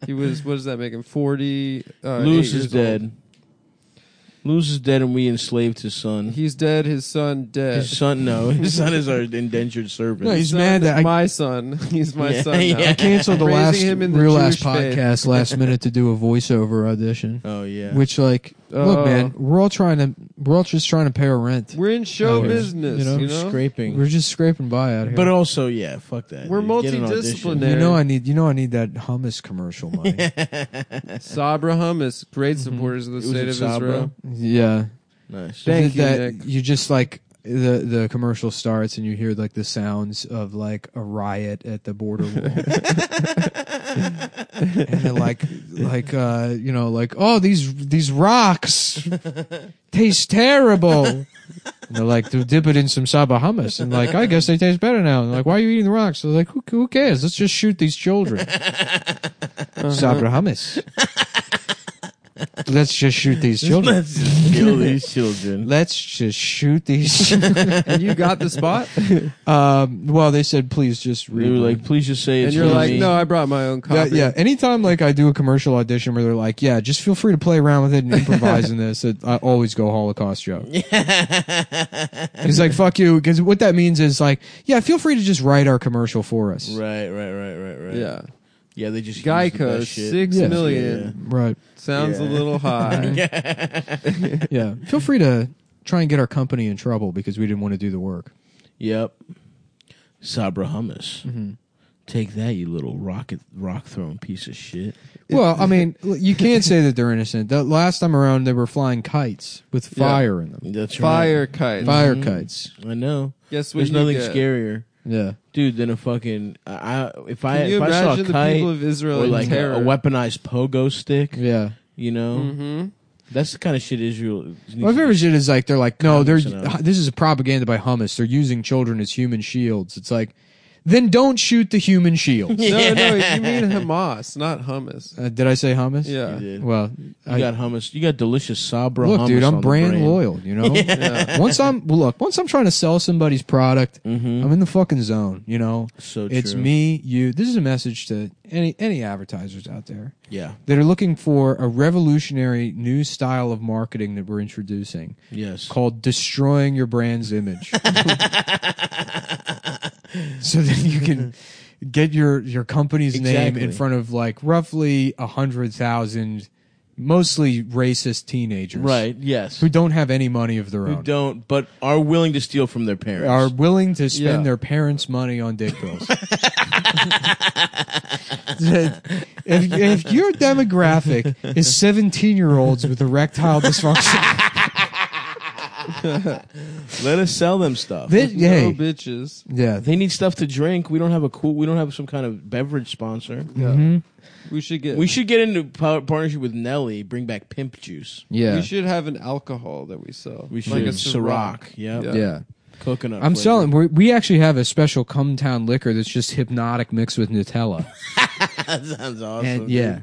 he was. What does that make him? 40. Uh,
Lewis is
eight years old.
dead. Lewis is dead, and we enslaved his son.
He's dead. His son dead.
His son, no, his son is our endangered servant.
No, he's
His son
mad
is
that I-
my son. He's my
Yeah,
son. Now.
yeah.
Canceled the
Raising
last
him in the
real last
Jewish faith.
podcast last minute to do a voiceover audition.
oh yeah,
Which like
Oh.
look man, we're all trying to we're all just trying to pay our rent.
We're in show
Oh, yeah.
business.
You
You
know,
know,
scraping.
We're just scraping by out here.
but also, yeah, fuck that.
We're
dude. Get an audition.
multidisciplinary.
you know I need you know I need that hummus commercial money.
Sabra Hummus, great
Mm-hmm.
supporters of
It
the
was
state
at
of
Sabra?
Israel.
yeah.
Nice.
Thank
Is
you,
that
Nick.
you just like the the commercial starts and you hear like the sounds of like a riot at the border wall. and then like like uh you know like oh these these rocks taste terrible. And they're like to dip it in some Saba hummus and like I guess they taste better now. And like why are you eating the rocks? They're like who, who cares? Let's just shoot these children. Sabra hummus.
Uh-huh.
Let's just shoot these children.
Let's just kill these children.
Let's just shoot these.
and you got the spot?
um, well, they said please just
We were
read.
like, please just say it's
and you're
for
like,
me.
no, I brought my own
yeah,
copy.
yeah. Anytime like I do a commercial audition where they're like, yeah, just feel free to play around with it and improvise in this. It, I always go Holocaust joke. It's like fuck you because what that means is like, yeah, feel free to just write our commercial for us.
Right, right, right, right, right.
Yeah.
yeah. They just
Geico,
six million.
six
Yeah.
million.
Right.
Sounds
Yeah.
a little high.
Yeah. Feel free to try and get our company in trouble because we didn't want to do the work.
Yep. Sabra hummus. Take that, you little rocket rock throwing piece of shit.
Well, I mean, you can't say that they're innocent. The last time around, they were flying kites with
Yeah.
fire in them.
That's
Fire kite.
Fire
Mhm.
kites.
right. I know.
Guess what?
There's
you
nothing
get.
scarier,
Yeah.
dude, than a fucking. I, I- if I
Can you
if I saw a
imagine the
kite
people of Israel
or
in
like a,
terror?
a weaponized pogo stick,
Yeah.
you know,
Mhm.
that's the kind of shit Israel. needs
My
to-
favorite shit is like they're like, no, they're
Comics and all.
this is propaganda by Hummus. They're using children as human shields. It's like, then don't shoot the human shields.
No, no, you mean Hamas, not hummus.
uh, did I say Hummus?
You
Yeah.
did.
Well,
You
I,
got hummus. You got delicious Sabra.
look,
hummus
dude,
on
I'm
the
brand,
brain.
loyal. You know, once I'm well, look, once I'm trying to sell somebody's product, I'm in the fucking zone. You know,
Mm-hmm. So
it's
true.
me, you. This is a message to any any advertisers out there.
Yeah.
That are looking for a revolutionary new style of marketing that we're introducing
Yes.
called destroying your brand's image. so that you can get your your company's name in
Exactly.
front of like roughly a hundred thousand, mostly racist teenagers,
Right. Yes.
Who don't have any money of their
Who
own,
don't, but are willing to steal from their parents.
are willing to spend
Yeah.
their parents' money on dick pills. if, if your demographic is seventeen year olds with erectile dysfunction.
Let us sell them stuff.
They,
No
hey,
bitches.
yeah,
They need stuff to drink. We don't have a cool. We don't have some kind of beverage sponsor.
Yeah. We should get.
We should get into par- partnership with Nelly. Bring back pimp juice.
yeah,
We should have an alcohol that we sell.
We should
Like a
Ciroc.
Ciroc.
Yep.
Yeah.
yeah.
Coconut.
I'm
flavor.
selling. We, we actually have a special Come Town liquor that's just hypnotic mixed with Nutella.
That sounds awesome.
And yeah,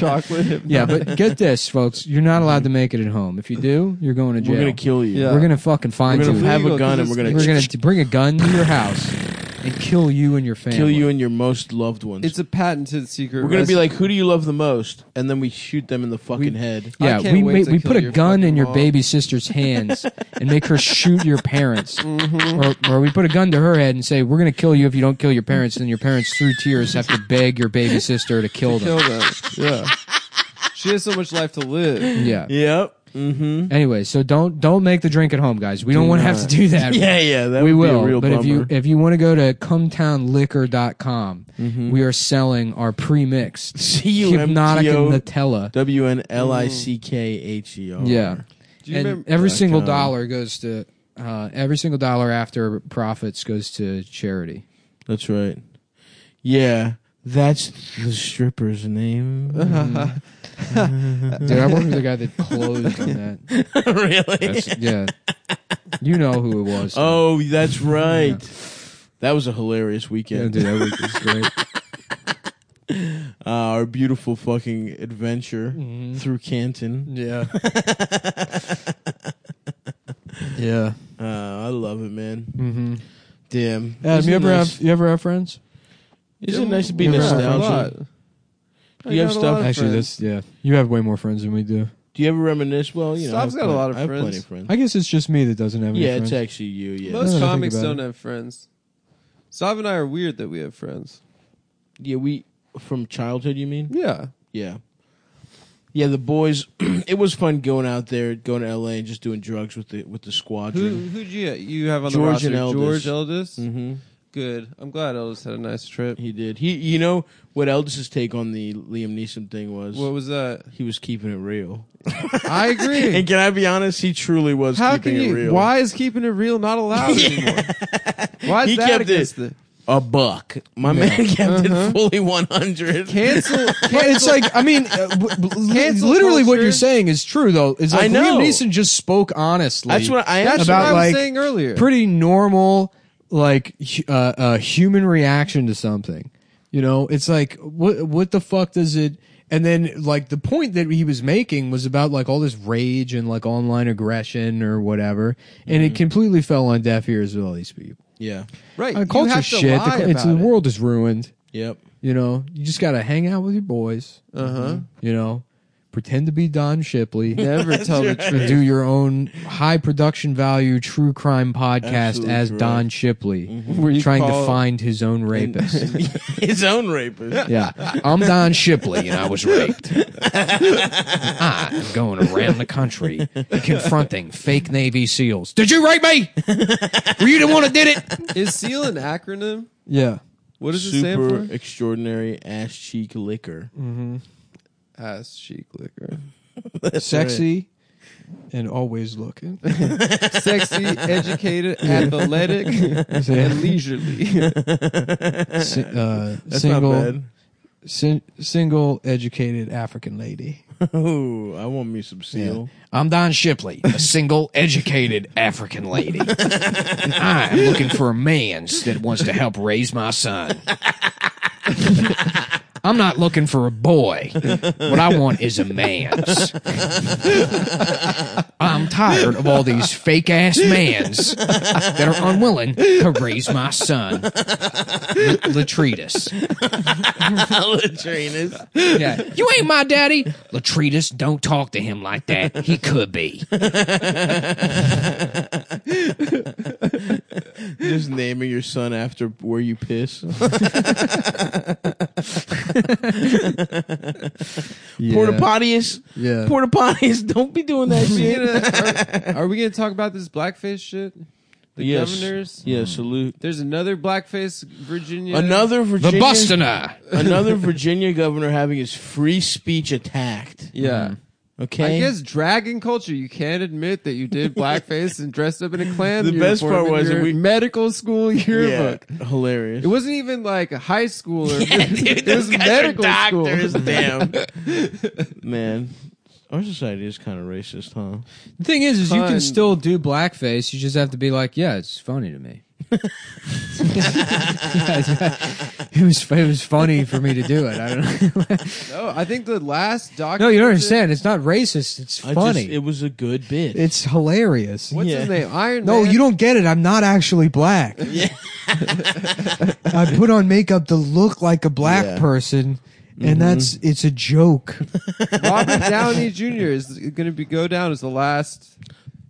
Chocolate. hypnotic.
yeah. But get this, folks. You're not allowed to make it at home. If you do, you're going to jail.
we're gonna kill you.
Yeah.
We're gonna fucking find
We're gonna
you.
have a
Illegal,
gun and
'cause
we're
we're
gonna,
gonna t- bring a gun to your house and kill you and your family.
kill you and your most loved ones.
It's a patented secret.
we're gonna be
recipe.
like, who do you love the most? And then we shoot them in the fucking
We-
head.
yeah,
I can't
we
wait
ma-
to
we
kill
put a
your
gun in
fucking
your
mom.
baby sister's hands and make her shoot your parents, or, or we put a gun to her head and say, "We're gonna kill you if you don't kill your parents." And your parents, through tears, have to beg your baby sister to kill them.
kill them. yeah. She has so much life to live.
Yeah.
Yep. Mm-hmm.
Anyway, so don't don't make the drink at home, guys. We don't want to have to do that.
Yeah, yeah. That
we
would Be
will.
a real
but
bummer.
if you if you want to go to cumtownliquor.com,
Mm-hmm.
we are selling our pre-mixed hypnotic
C-U-M-T-O-
and Nutella.
W N L I C K H E R.
Yeah.
Do you
and
remember?
every single
com.
dollar goes to uh, every single dollar after profits goes to charity.
That's right. Yeah. That's the stripper's name.
Dude, I worked with a guy that closed on that.
really?
That's- yeah. You know who it was.
Oh, that's right. That was a hilarious
yeah,
weekend.
dude, that was just great.
Uh, our beautiful fucking adventure
Mm-hmm.
through Canton.
Yeah. yeah.
Uh, I love it, man.
Mm-hmm.
Damn.
Mm. Adam,
Isn't
you ever
it nice-
have you ever have friends?
Isn't it nice to be
Yeah,
Right. A
nostalgic?
lot.
Do you have
I got a
stuff-
lot of
Actually,
friends.
that's yeah. You have way more friends than we do.
Do you ever reminisce? Well, you know,
Stav's
I've
got a lot of
I have plenty
friends.
of friends.
I guess it's just me that doesn't have any
yeah,
friends.
it's actually you. Yeah,
Now
Most
that I think
comics
about
don't
it.
have friends. Sav and I are weird that we have friends.
yeah. We from childhood, you mean?
Yeah.
Yeah, yeah. The boys. it was fun going out there, going to L.A. and just doing drugs with the with the
Who
squadron.
who do you you have on
George
the roster?
and Eldest.
George Eldest.
Mm-hmm.
Good. I'm glad Eldest had a nice trip.
He did. He, you know, what Eldest's take on the Liam Neeson thing was
What was that?
he was keeping it real.
I agree.
And can I be honest? He truly was
How can
keeping
you?
it real.
Why is keeping it real not allowed anymore? Why is
He
that
kept
against the
A buck. My man kept
Uh-huh.
it fully one hundred.
cancel?
But it's like I mean, uh, w- w-
Cancel
literally what
culture.
you're saying is true though. It's like
I know.
Liam Neeson just spoke honestly.
That's what I
That's
asked.
About
what I was
like-
saying earlier.
pretty normal like hu- uh, uh, human reaction to something. You know, it's like what what the fuck does it? And then like the point that he was making was about like all this rage and like online aggression or whatever, and it
Mm-hmm.
completely fell on deaf ears with all these people.
yeah.
right.
Uh,
you
culture
have to
shit.
lie
The, it's, the
about it.
world is ruined.
Yep.
You know, you just gotta hang out with your boys.
Uh-huh.
You know, pretend to be Don Shipley.
Never tell the
to
truth.
do your own high production value true crime podcast
Absolutely
as
correct.
Don Shipley,
Where you
trying
call-
to find his own rapist.
His own rapist.
yeah, I'm Don Shipley, and I was raped. I'm going around the country confronting fake Navy SEALs. Did you rape me? Were you the one that did it?
Is SEAL an acronym?
Yeah.
What does it
Super
stand for?
extraordinary ass cheek liquor.
Mm-hmm. Ass cheek liquor.
Sexy and always looking.
Sexy, educated, athletic, and leisurely.
Si- uh,
That's
single,
not bad.
sin- single, educated African lady.
Oh, I want me some seal.
I'm Don Shipley, a single, educated African lady. and I am looking for a man that wants to help raise my son. I'm not looking for a boy. What I want is a man's. I'm tired of all these fake ass mans that are unwilling to raise my son. Latritus.
Latrinas.
Yeah. You ain't my daddy. Latritus, don't talk to him like that. He could be.
Just naming your son after where you piss. Porta potties.
Yeah.
Porta potties. Don't be doing that
We
shit.
gonna- are, are we going to talk about this blackface shit? The
yes.
governors?
Yeah, salute.
There's another blackface Virginia.
Another
The
Virginia.
Bustoner.
another Virginia governor having his free speech attacked.
Yeah.
Okay.
I guess dragon culture. You can't admit that you did blackface and dressed up in a clan.
The best part
uniform in
was that
your
we-
medical school
yeah,
yearbook.
hilarious.
It wasn't even like a high school or it was
Those guys are
medical
doctors,
school.
damn. Man, our society is kind of racist, huh?
The thing is, is you
Fun.
can still do blackface. You just have to be like, yeah, it's funny to me. It was it was funny for me to do it. I don't know.
No, I think the last doctor.
no, you don't understand. It's not racist. It's
I
funny.
Just, it was a good bit.
it's hilarious.
What's
Yeah.
his name? Iron
No,
Man.
you don't get it. I'm not actually black. I put on makeup to look like a black
Yeah.
person, and
Mm-hmm.
that's it's a joke.
Robert Downey Jr. is going to be go down as the last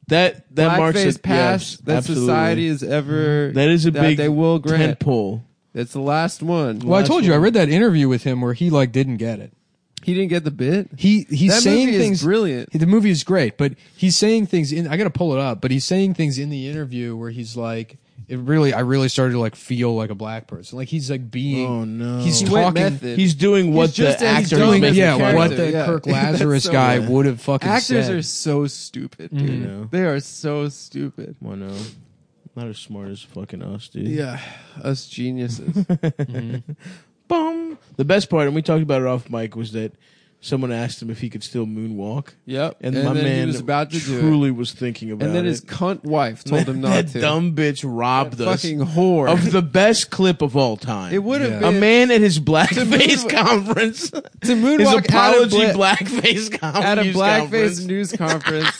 that that marks
blackface
it.
pass
yes,
that
absolutely. Mm-hmm.
society has ever.
That is a
that
big
They will grant.
tentpole.
It's the last one.
Well, I told you, I
one.
read that interview with him where he like didn't get it.
He didn't get the bit.
He he's
That
saying
movie is
things
brilliant.
He- the movie is great, but he's saying things in I got to pull it up, but he's saying things in the interview where he's like it really I really started to like feel like a black person. Like he's like being
Oh, no.
He's
He
went
talking
method.
He's doing what
just
the
as
actor
dumb
is
as
making
the
yeah,
character.
what the
Yeah.
Kirk
That's
Lazarus
so
guy
bad.
would have fucking
Actors
said.
are so stupid, dude.
know.
They are so stupid.
Well, no, not as smart as fucking us, dude.
Yeah, us geniuses.
Bum. The best part, and we talked about it off mic, was that someone asked him if he could still moonwalk,
Yep.
and, my
then
man
he was about to do it.
truly was thinking about
And then
it.
his cunt wife told him not
that
to.
dumb bitch robbed us
fucking whore.
of the best clip of all time.
it would have
Yeah.
a
been
man at his
moonwalk-
blackface conference,
to
his
moonwalk
apology
out of bla-
blackface conference,
at a
conference.
blackface news conference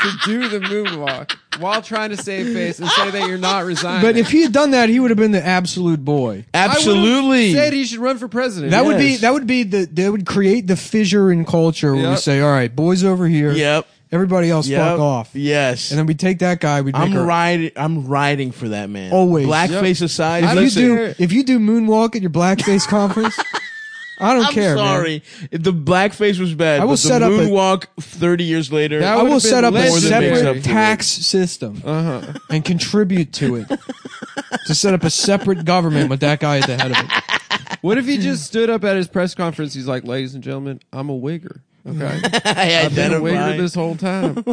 to do the moonwalk while trying to save face and say that you're not resigning.
But if he had done that, he would have been the absolute boy.
I would've
Absolutely,
said he should run for president.
That would be
Yes.
that would be the that would create the fissure in culture where we
Yep.
say, all right, boys over here,
Yep.
everybody else
Yep.
fuck off,
Yes.
and then we take that guy. We
I'm
make our-
riding. I'm riding for that man.
Always.
blackface
Yep.
aside.
I
If
let's
you
listen-
say-
do if you do moonwalk at your blackface conference, I don't
I'm
care. man.
sorry. If The blackface was bad.
I will
but
set
the
up a-
moonwalk 30 years later.
That
I
would've
will
been
set up a
more
than makes up
separate
for
tax system
Uh-huh.
and contribute to it to set up a separate government with that guy at the head of it.
What if he just stood up at his press conference? He's like, "Ladies and gentlemen, I'm a wigger. Okay,
I
I've been a wigger
identify.
this whole time.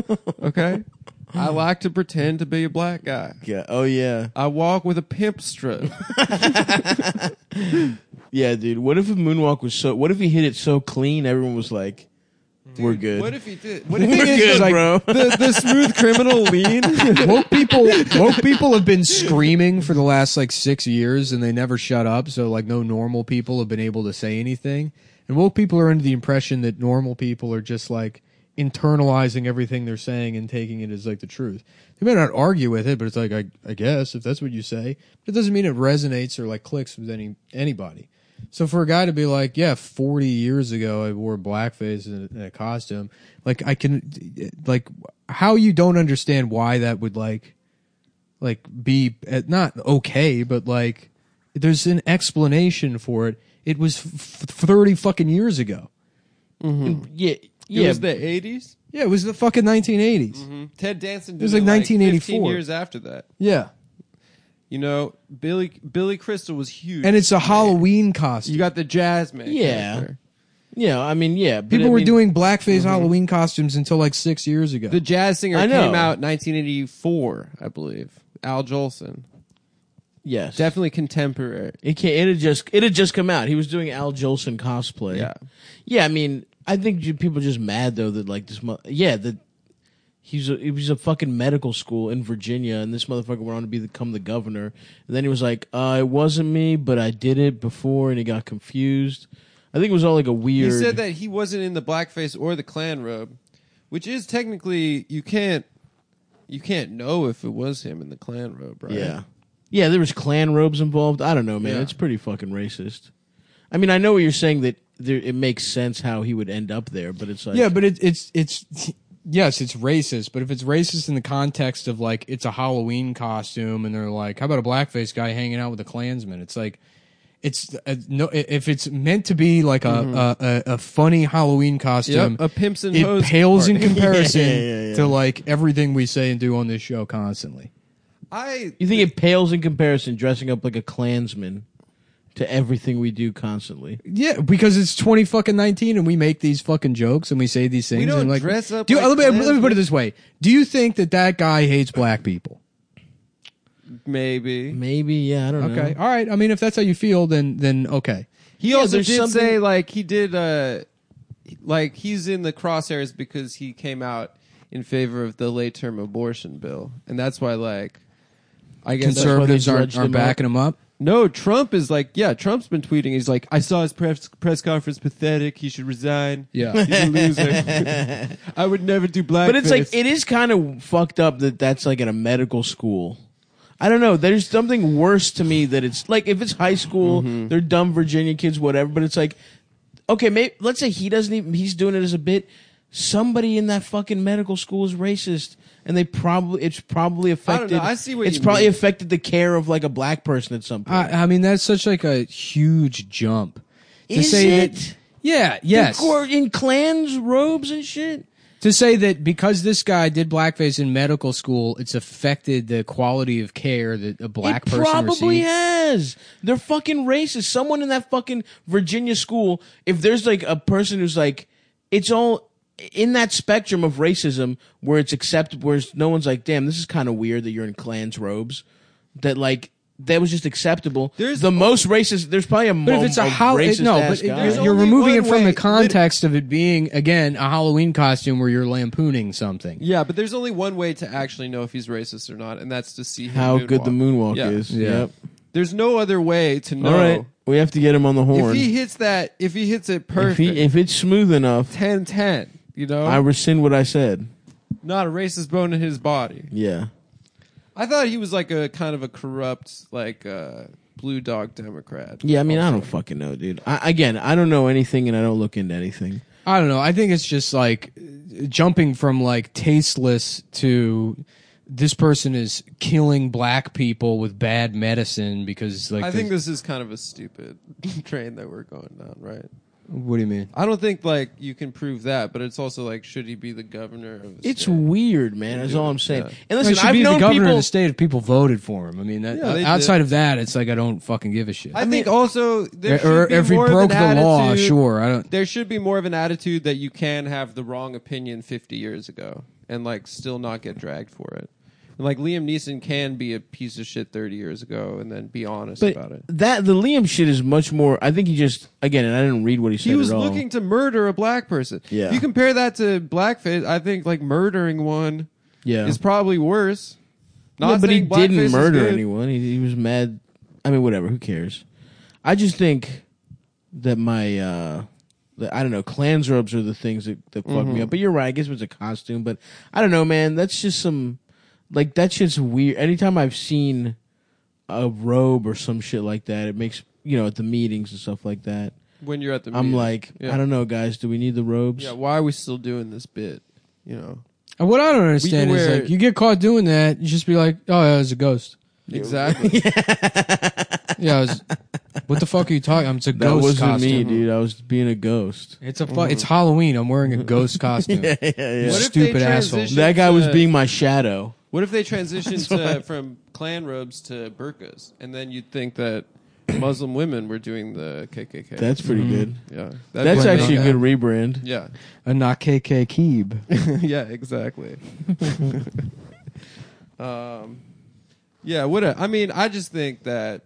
Okay, I like to pretend to be a black guy.
Yeah. Oh yeah.
I walk with a pimp strip.
Yeah, dude. What if a moonwalk was so? What if he hit it so clean? Everyone was like, "We're good."
What if he did? What
We're
if he
is,
good,
like,
bro.
the, the smooth criminal lean?
woke people woke people have been screaming for the last like six years and they never shut up so like no normal people have been able to say anything and woke people are under the impression that normal people are just like internalizing everything they're saying and taking it as like the truth they may not argue with it but it's like i, I guess if that's what you say but it doesn't mean it resonates or like clicks with any anybody so for a guy to be like, yeah, 40 years ago I wore blackface and a, and a costume, like I can, like how you don't understand why that would like, like be eh, not okay, but like there's an explanation for it. It was f- f- 30 fucking years ago.
yeah.
It
Yeah.
was the '80s.
Yeah, it was the fucking 1980s.
Mm-hmm.
Ted Danson. Did it
Mm-hmm. was like
15
1984.
years after that.
Yeah,
You know, Billy Billy Crystal was huge,
and it's a Halloween costume.
you got the jazz man.
Yeah.
character.
yeah. I mean, yeah. but
People
I
were
mean- Mm-hmm.
doing blackface Halloween costumes until like six years ago.
The jazz singer
I
came
know.
out 1984, I believe. Al Jolson,
Yes.
definitely contemporary.
It can It had just. It had just come out. He was doing Al Jolson cosplay.
Yeah.
Yeah. I mean, I think ju- people are just mad though that like this. Mo- yeah. That he's a he was a fucking medical school in Virginia, and this motherfucker went on to be- become the governor. And then he was like, uh, "It wasn't me, but I did it before," and he got confused. I think it was all like a
He
weird.
said that he wasn't in the blackface or the Klan robe, which is technically you can't you can't know if it was him in the Klan robe, right?
Yeah. Yeah, there was clan robes involved. I don't know, man.
Yeah.
It's pretty fucking racist. I mean, I know what you're saying that there, it makes sense how he would end up there, but it's like
yeah, but it, it's it's yes, it's racist. But if it's racist in the context of like it's a Halloween costume, and they're like, "How about a blackface guy hanging out with a Klansman?" It's like it's uh, no. If it's meant to be like a a, a, a funny Halloween costume,
Mm-hmm. Yep, a pimps and
it
hoes
pales in
party.
comparison
Yeah, yeah, yeah.
to like everything we say and do on this show constantly.
I
you think it pales in comparison dressing up like a Klansman to everything we do constantly.
Yeah, because it's twenty fucking nineteen, and we make these fucking jokes and we say these things.
don't
and like,
dress up
Do,
like
let, me, let me
Klansmen.
put it this way: Do you think that that guy hates black people?
maybe
Maybe, yeah, I don't know.
Okay. All right. I mean, if that's how you feel, then then okay.
he also
there's
did
something-
say like he did uh like he's in the crosshairs because he came out in favor of the late term abortion bill, and that's why like I guess that's why
Conservatives
they
aren't,
dredged
aren't
him up.
backing him up.
No, Trump is like, yeah, Trump's been tweeting. He's like, I saw his press, press conference pathetic. He should resign.
Yeah.
He's a loser. I would never do blackface.
But it's like it is kind of fucked up that that's like at a medical school. I don't know. There's something worse to me that it's like if it's high school,
Mm-hmm.
they're dumb Virginia kids, whatever. But it's like, okay, maybe let's say he doesn't even he's doing it as a bit. Somebody in that fucking medical school is racist, and they probably it's probably
know.
affected.
I see what
it's
you
probably
mean.
affected the care of like a black person at some point.
I, I mean, that's such like a huge jump. To
Is
say That,
it?
yeah. Yes.
They're cor- in clans robes and shit.
To say that because this guy did blackface in medical school, it's affected the quality of care that a black
it
person
probably
receives.
has. They're fucking racist. Someone in that fucking Virginia school, if there's like a person who's like, it's all in that spectrum of racism where it's acceptable, where it's- no one's like, damn, this is kind of weird that you're in Klan's robes, that like that was just acceptable.
There's-
the most racist. There's probably a
But if
mo-
it's a
racist
Halloween, no,
ass
but it-
guy.
there's
you're
only
removing
one
it from
way-
the context of it being again a Halloween costume where you're lampooning something.
Yeah, but there's only one way to actually know if he's racist or not, and that's to see him
how good the moonwalk
Yeah.
is.
Yeah.
Yep.
There's no other way to know.
All right, we have to get him on the
If
horn.
he hits that, if he hits it
if,
perfect,
he, if it's smooth enough,
10 10, you know?
I rescind what I said.
not a racist bone in his body.
Yeah.
I thought he was like a kind of a corrupt, like, uh, blue dog Democrat.
Yeah, I mean, I don't fucking know, dude. I, again, I don't know anything, and I don't look into anything.
I don't know. I think it's just like jumping from like tasteless to this person is killing black people with bad medicine because like
I
this-
think this is kind of a stupid train that we're going down, right?
what do you mean?
I don't think like you can prove that, but it's also like, should he be the governor of? the
It's
state?
weird, man. That's all I'm saying.
Yeah.
And
Listen,
listen,
it should
I've
be the
known
governor
people.
of the state if people voted for him. I mean, that,
Yeah, they
outside
did.
of that, it's like I don't fucking give a shit.
I, think also there should
or
be
er, if he
more of
broke the
an
law,
attitude-
sure. I don't.
There should be more of an attitude that you can have the wrong opinion 50 years ago and like still not get dragged for it. And like Liam Neeson can be a piece of shit 30 years ago and then be honest
but
about it.
that the Liam shit is much more. I think he just again, and I didn't read what he said
He was
at all.
looking to murder a black person.
Yeah.
If you compare that to blackface, I think like murdering one
yeah,
is probably worse. Not
yeah, but he
saying blackface
didn't
is
murder
good.
anyone. He, he was mad. I mean, whatever. Who cares? I just think that my, uh that, I don't know, Klans robes are the things that, that fuck
Mm-hmm.
me up. But you're right. I guess it was a costume. But I don't know, man. That's just some, like, that shit's weird. Anytime I've seen a robe or some shit like that, it makes, you know, at the meetings and stuff like that,
When you're at the
I'm
meeting.
like,
Yeah.
I don't know, guys. Do we need the robes?
yeah, why are we still doing this bit? You know,
And what I don't understand is
wear-
like you get caught doing that, you just be like, oh, yeah, it was a ghost.
exactly.
Yeah, it was, what the fuck are you talking? I'm it's a
that
ghost
wasn't
costume.
me, dude. I was being a ghost.
It's a fu- it's Halloween. I'm wearing a ghost costume.
yeah, yeah.
What if they
Stupid asshole.
transitioned
That guy was
to-
being my shadow.
What if they transitioned to, from clan robes to burqas, and then you'd think that Muslim women were doing the KKK?
That's pretty good.
yeah. That'd
That's
be-
actually a
Okay.
good rebrand.
yeah,
A not KK Keeb.
yeah, exactly. um, yeah. What a, I mean, I just think that,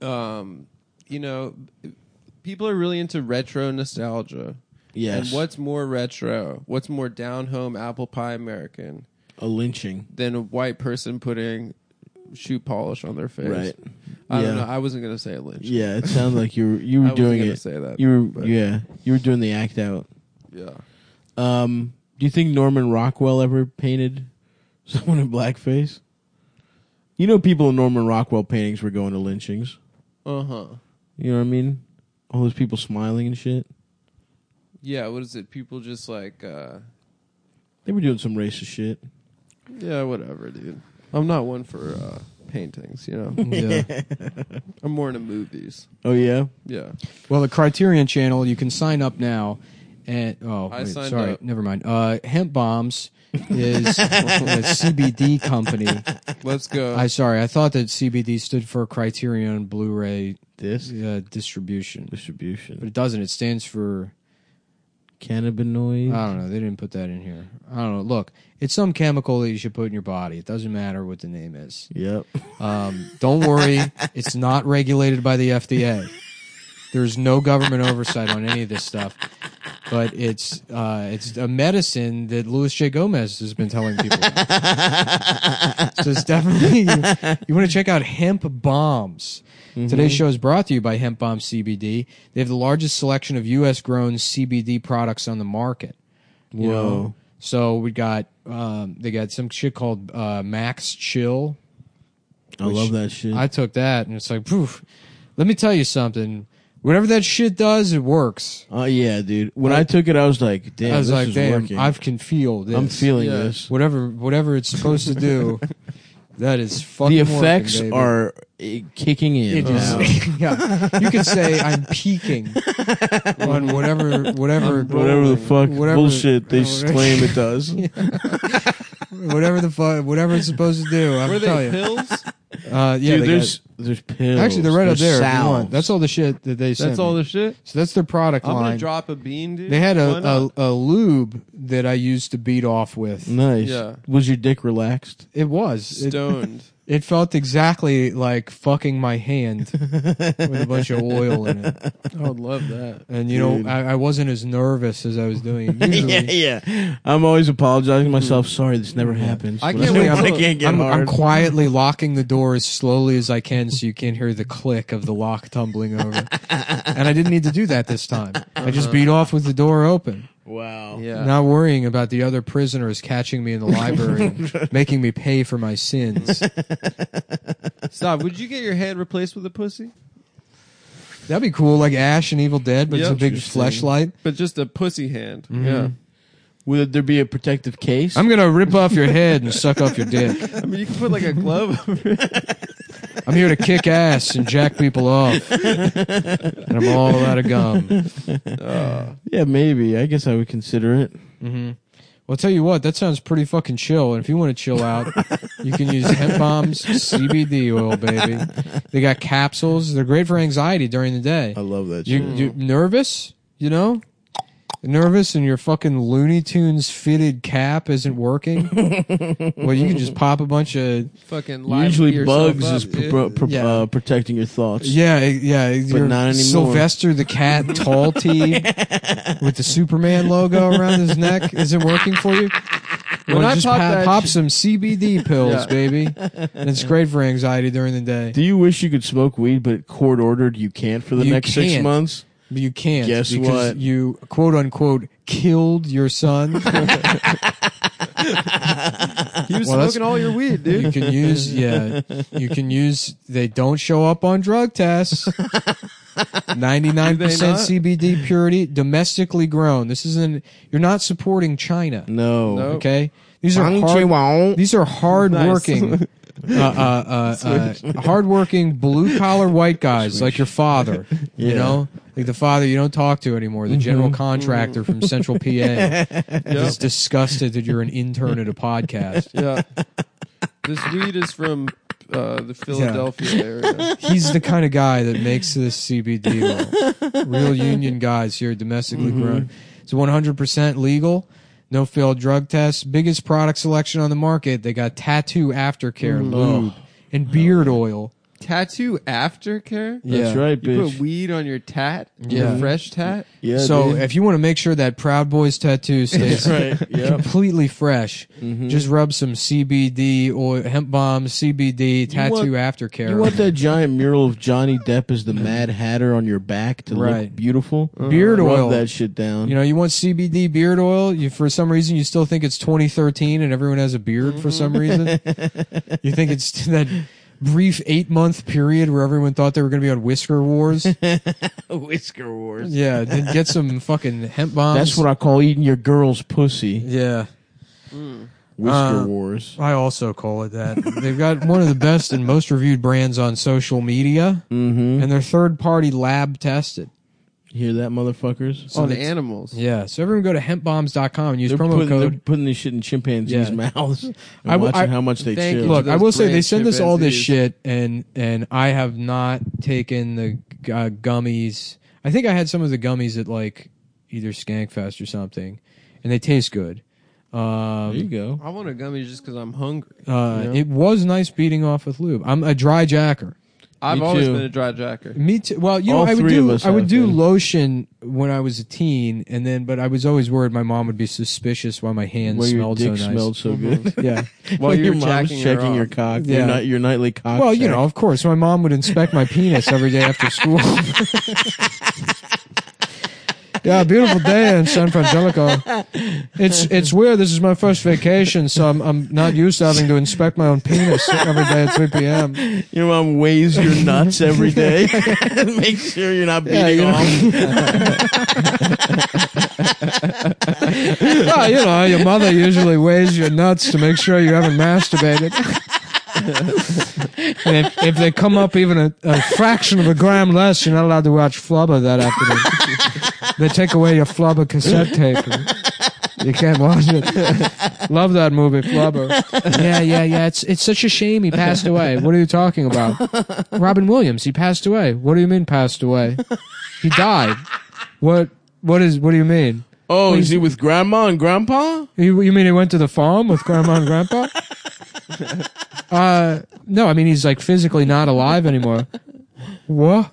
um, you know, people are really into retro nostalgia.
Yes.
And what's more retro? What's more down home apple pie American
A lynching.
than a white person putting shoe polish on their face?
Right.
I
yeah.
don't know. I wasn't gonna say lynch.
yeah, it sounded like you were you
I
were
wasn't
doing
gonna
it.
say that,
you were
but-
yeah, you were doing the act out.
Yeah.
Um, do you think Norman Rockwell ever painted someone in blackface? You know, people in Norman Rockwell paintings were going to lynchings.
Uh huh.
You know what I mean? All those people smiling and shit.
Yeah. What is it? People just like. uh
They were doing some racist shit.
Yeah. Whatever, dude. I'm not one for uh paintings. You know.
Yeah.
I'm more into movies.
Oh yeah,
Yeah.
Well, the Criterion Channel, you can sign up now. And oh,
I
wait,
signed
sorry,
up.
never mind. Uh, Hemp Bombs is a CBD company.
Let's go.
I sorry, I thought that CBD stood for Criterion Blu-ray
this
uh, distribution, but
distribution
it doesn't. It stands for I
Uh,
cannabinoid.
don't know. They didn't put that in here. I don't know. Look, it's some chemical that you should put in your body. It doesn't matter what the name is.
yep.
Um, don't worry, it's not regulated by the FDA. There's no government oversight on any of this stuff. But it's uh, it's a medicine that Luis J. Gomez has been telling people. About. so it's definitely you, want to check out Hemp Bombs. Today's show is brought to you by Hemp Bomb CBD. They have the largest selection of U.S. grown CBD products on the market. You
Whoa.
know? So we got um, they got some shit called uh, Max Chill.
I love that shit.
I took that, and it's like, poof. Let me tell you something. Whatever that shit does, it works.
Oh yeah, dude. When I, took it, I was like, "Damn,
I was
this
like,
is
damn,
working."
I can feel this.
I'm feeling
Yeah.
this.
whatever, whatever it's supposed to do. that is fucking.
The effects
working, baby.
are eh, kicking in.
It is-
now.
yeah. You could say I'm peaking on whatever, whatever,
Whatever the fuck
Whatever-
bullshit they s-
whatever-
claim it does.
whatever the fuck, whatever it's supposed to do. I'm
Were
telling
they
you.
pills?
Uh, yeah,
Dude,
they
there's there's pills.
got- actually they're right up
there's
there. if you want.
salves.
That's all the shit that they.
That's all the shit.
So that's their product
I'm
line.
gonna drop a bean, dude.
They had
Why
a,
not?
a, a lube that I used to beat off with.
Nice.
Yeah.
Was your dick relaxed?
It was. It,
Stoned.
it felt exactly like fucking my hand with a bunch of oil in it.
I would love that.
And you know, I, I wasn't as nervous as I was doing. it. Usually,
yeah, yeah. I'm always
Hmm.
apologizing to myself. Sorry, this never happens.
I
When
can't
I,
wait
when
till-
I can't get
I'm, I'm
hard.
quietly locking the door as slowly as I can so you can't hear the click of the lock tumbling over. and I didn't need to do that this time. I
Uh-huh.
just beat off with the door open,
wow.
Yeah.
not worrying about the other prisoners catching me in the library and making me pay for my sins.
Stop. Would you get your hand replaced with a pussy?
That'd be cool, like Ash and Evil Dead, but
Yeah.
it's a big
Interesting.
fleshlight.
But just a pussy hand.
Mm-hmm.
Would there be a protective case?
I'm gonna rip off your head and suck off your dick.
Yeah. I mean, you can put like a glove over it.
I'm here to kick ass and jack people off, and I'm all out of gum.
yeah, maybe. I guess I would consider it.
Well, I'll tell you what, that sounds pretty fucking chill. And if you want to chill out, you can use hemp bombs, CBD oil, baby. They got capsules. They're great for anxiety during the day.
I love that.
You,
shit.
you nervous? You know, nervous, and your fucking Looney Tunes fitted cap isn't working. well, you can just pop a bunch of
Fucking live
Usually,
yourself
bugs
up,
is
dude.
pro- pro-
Yeah.
uh, protecting your thoughts.
yeah, yeah. your
not anymore.
Sylvester the cat tall tee with the Superman logo around his neck isn't working for you.
When
Well,
I
just
pop
pop,
that
pop
sh-
some CBD pills,
Yeah.
baby. And it's great for anxiety during the day.
Do you wish you could smoke weed, but court ordered you can't for the
You
next six
can't.
months?
But you can't
Guess
because
what?
you quote unquote killed your son.
He was
Well, that's-
smoking all your weed, dude.
you can use yeah. You can use they don't show up on drug tests. Ninety nine
Do they
percent
not?
CBD purity, domestically grown. This isn't you're not supporting China.
No.
No.
Okay, these are hard.
Hard-
These are hard
Nice.
working, uh, uh, uh, uh, hard working blue collar white guys like your father.
Yeah.
You know, like the father you don't talk to anymore, the general contractor from Central PA that's disgusted that you're an intern at a podcast.
Yeah. This weed is from uh, the Philadelphia area.
He's the kind of guy that makes this CBD. Oil. Real union guys here, domestically
Mm-hmm.
grown. It's 100% legal. No failed drug tests. Biggest product selection on the market. They got tattoo aftercare,
Mm.
lube, and beard oil.
Tattoo aftercare?
That's
Yeah.
right,
You
bitch.
put weed on your tat?
Yeah.
Your fresh tat?
yeah,
so
dude.
if you want to make sure that Proud Boys tattoo stays
That's right. Yep. Mm-hmm.
completely fresh, just rub some CBD oil, hemp bomb, CBD tattoo
want-
aftercare.
You want that giant mural of Johnny Depp as the Mad Hatter on your back to look
Right.
beautiful?
Beard
Rub
oil.
that shit down.
you know, you want CBD beard oil. You for some reason you still think it's 2013 and everyone has a beard for
Mm-hmm.
some reason. you think it's that brief eight month period where everyone thought they were going to be on Whisker Wars.
Whisker wars.
yeah, then get some fucking hemp bombs.
That's what I call eating your girl's pussy.
yeah.
Whisker
Uh,
wars.
I also call it that. They've got one of the best and most reviewed brands on social media,
Mm-hmm.
and they're third party lab tested.
Hear that, motherfuckers?
on animals.
Yeah, so everyone go to hempbombs.com and use
They're
promo
putting, they're
code.
putting this shit in chimpanzees'
Yeah.
mouths. And
I w-
watching
I-
how much they
thank
chill.
you.
Look,
those
I will say they
brand
send us all this
chimpanzees.
shit, and and I have not taken the uh, gummies. I think I had some of the gummies at like either Skankfest or something, and they taste good.
There you
Um,
go.
I want a gummy just because I'm hungry.
uh,
Yeah.
It was nice beating off with lube. I'm a dry jacker.
I've
Me
always
too.
been a dry jacker.
Me too. Well, you
All
know, I would
three of
do
us
I would
have
do
been.
lotion when I was a teen, and then but I was always worried my mom would be suspicious why my hands
Where your
smelled so
dick
nice.
smelled so good.
yeah.
While
you're
your mom's
jacking
checking,
her off.
your cock,
Yeah.
your, night, your nightly cock.
Well, you
check.
know, of course, my mom would inspect my penis every day after school. yeah, beautiful day in San Francisco. It's it's weird. This is my first vacation, so I'm I'm not used to having to inspect my own penis every day at 3 p.m.
Your mom weighs your nuts every day. Make sure you're not beating
Yeah, you know.
off.
Well, Ah, you know, your mother usually weighs your nuts to make sure you haven't masturbated. and if, if they come up even a, a fraction of a gram less, you're not allowed to watch Flubber that afternoon. they take away your Flubber cassette tape. and You can't watch it. Love that movie, Flubber. Yeah, yeah, yeah. It's it's such a shame he passed away. What are you talking about? Robin Williams, he passed away. What do you mean passed away? He died. What what is what do you mean?
Oh, is he with grandma and grandpa?
You, you mean he went to the farm with grandma and grandpa? uh, no, I mean he's like physically not alive anymore. What?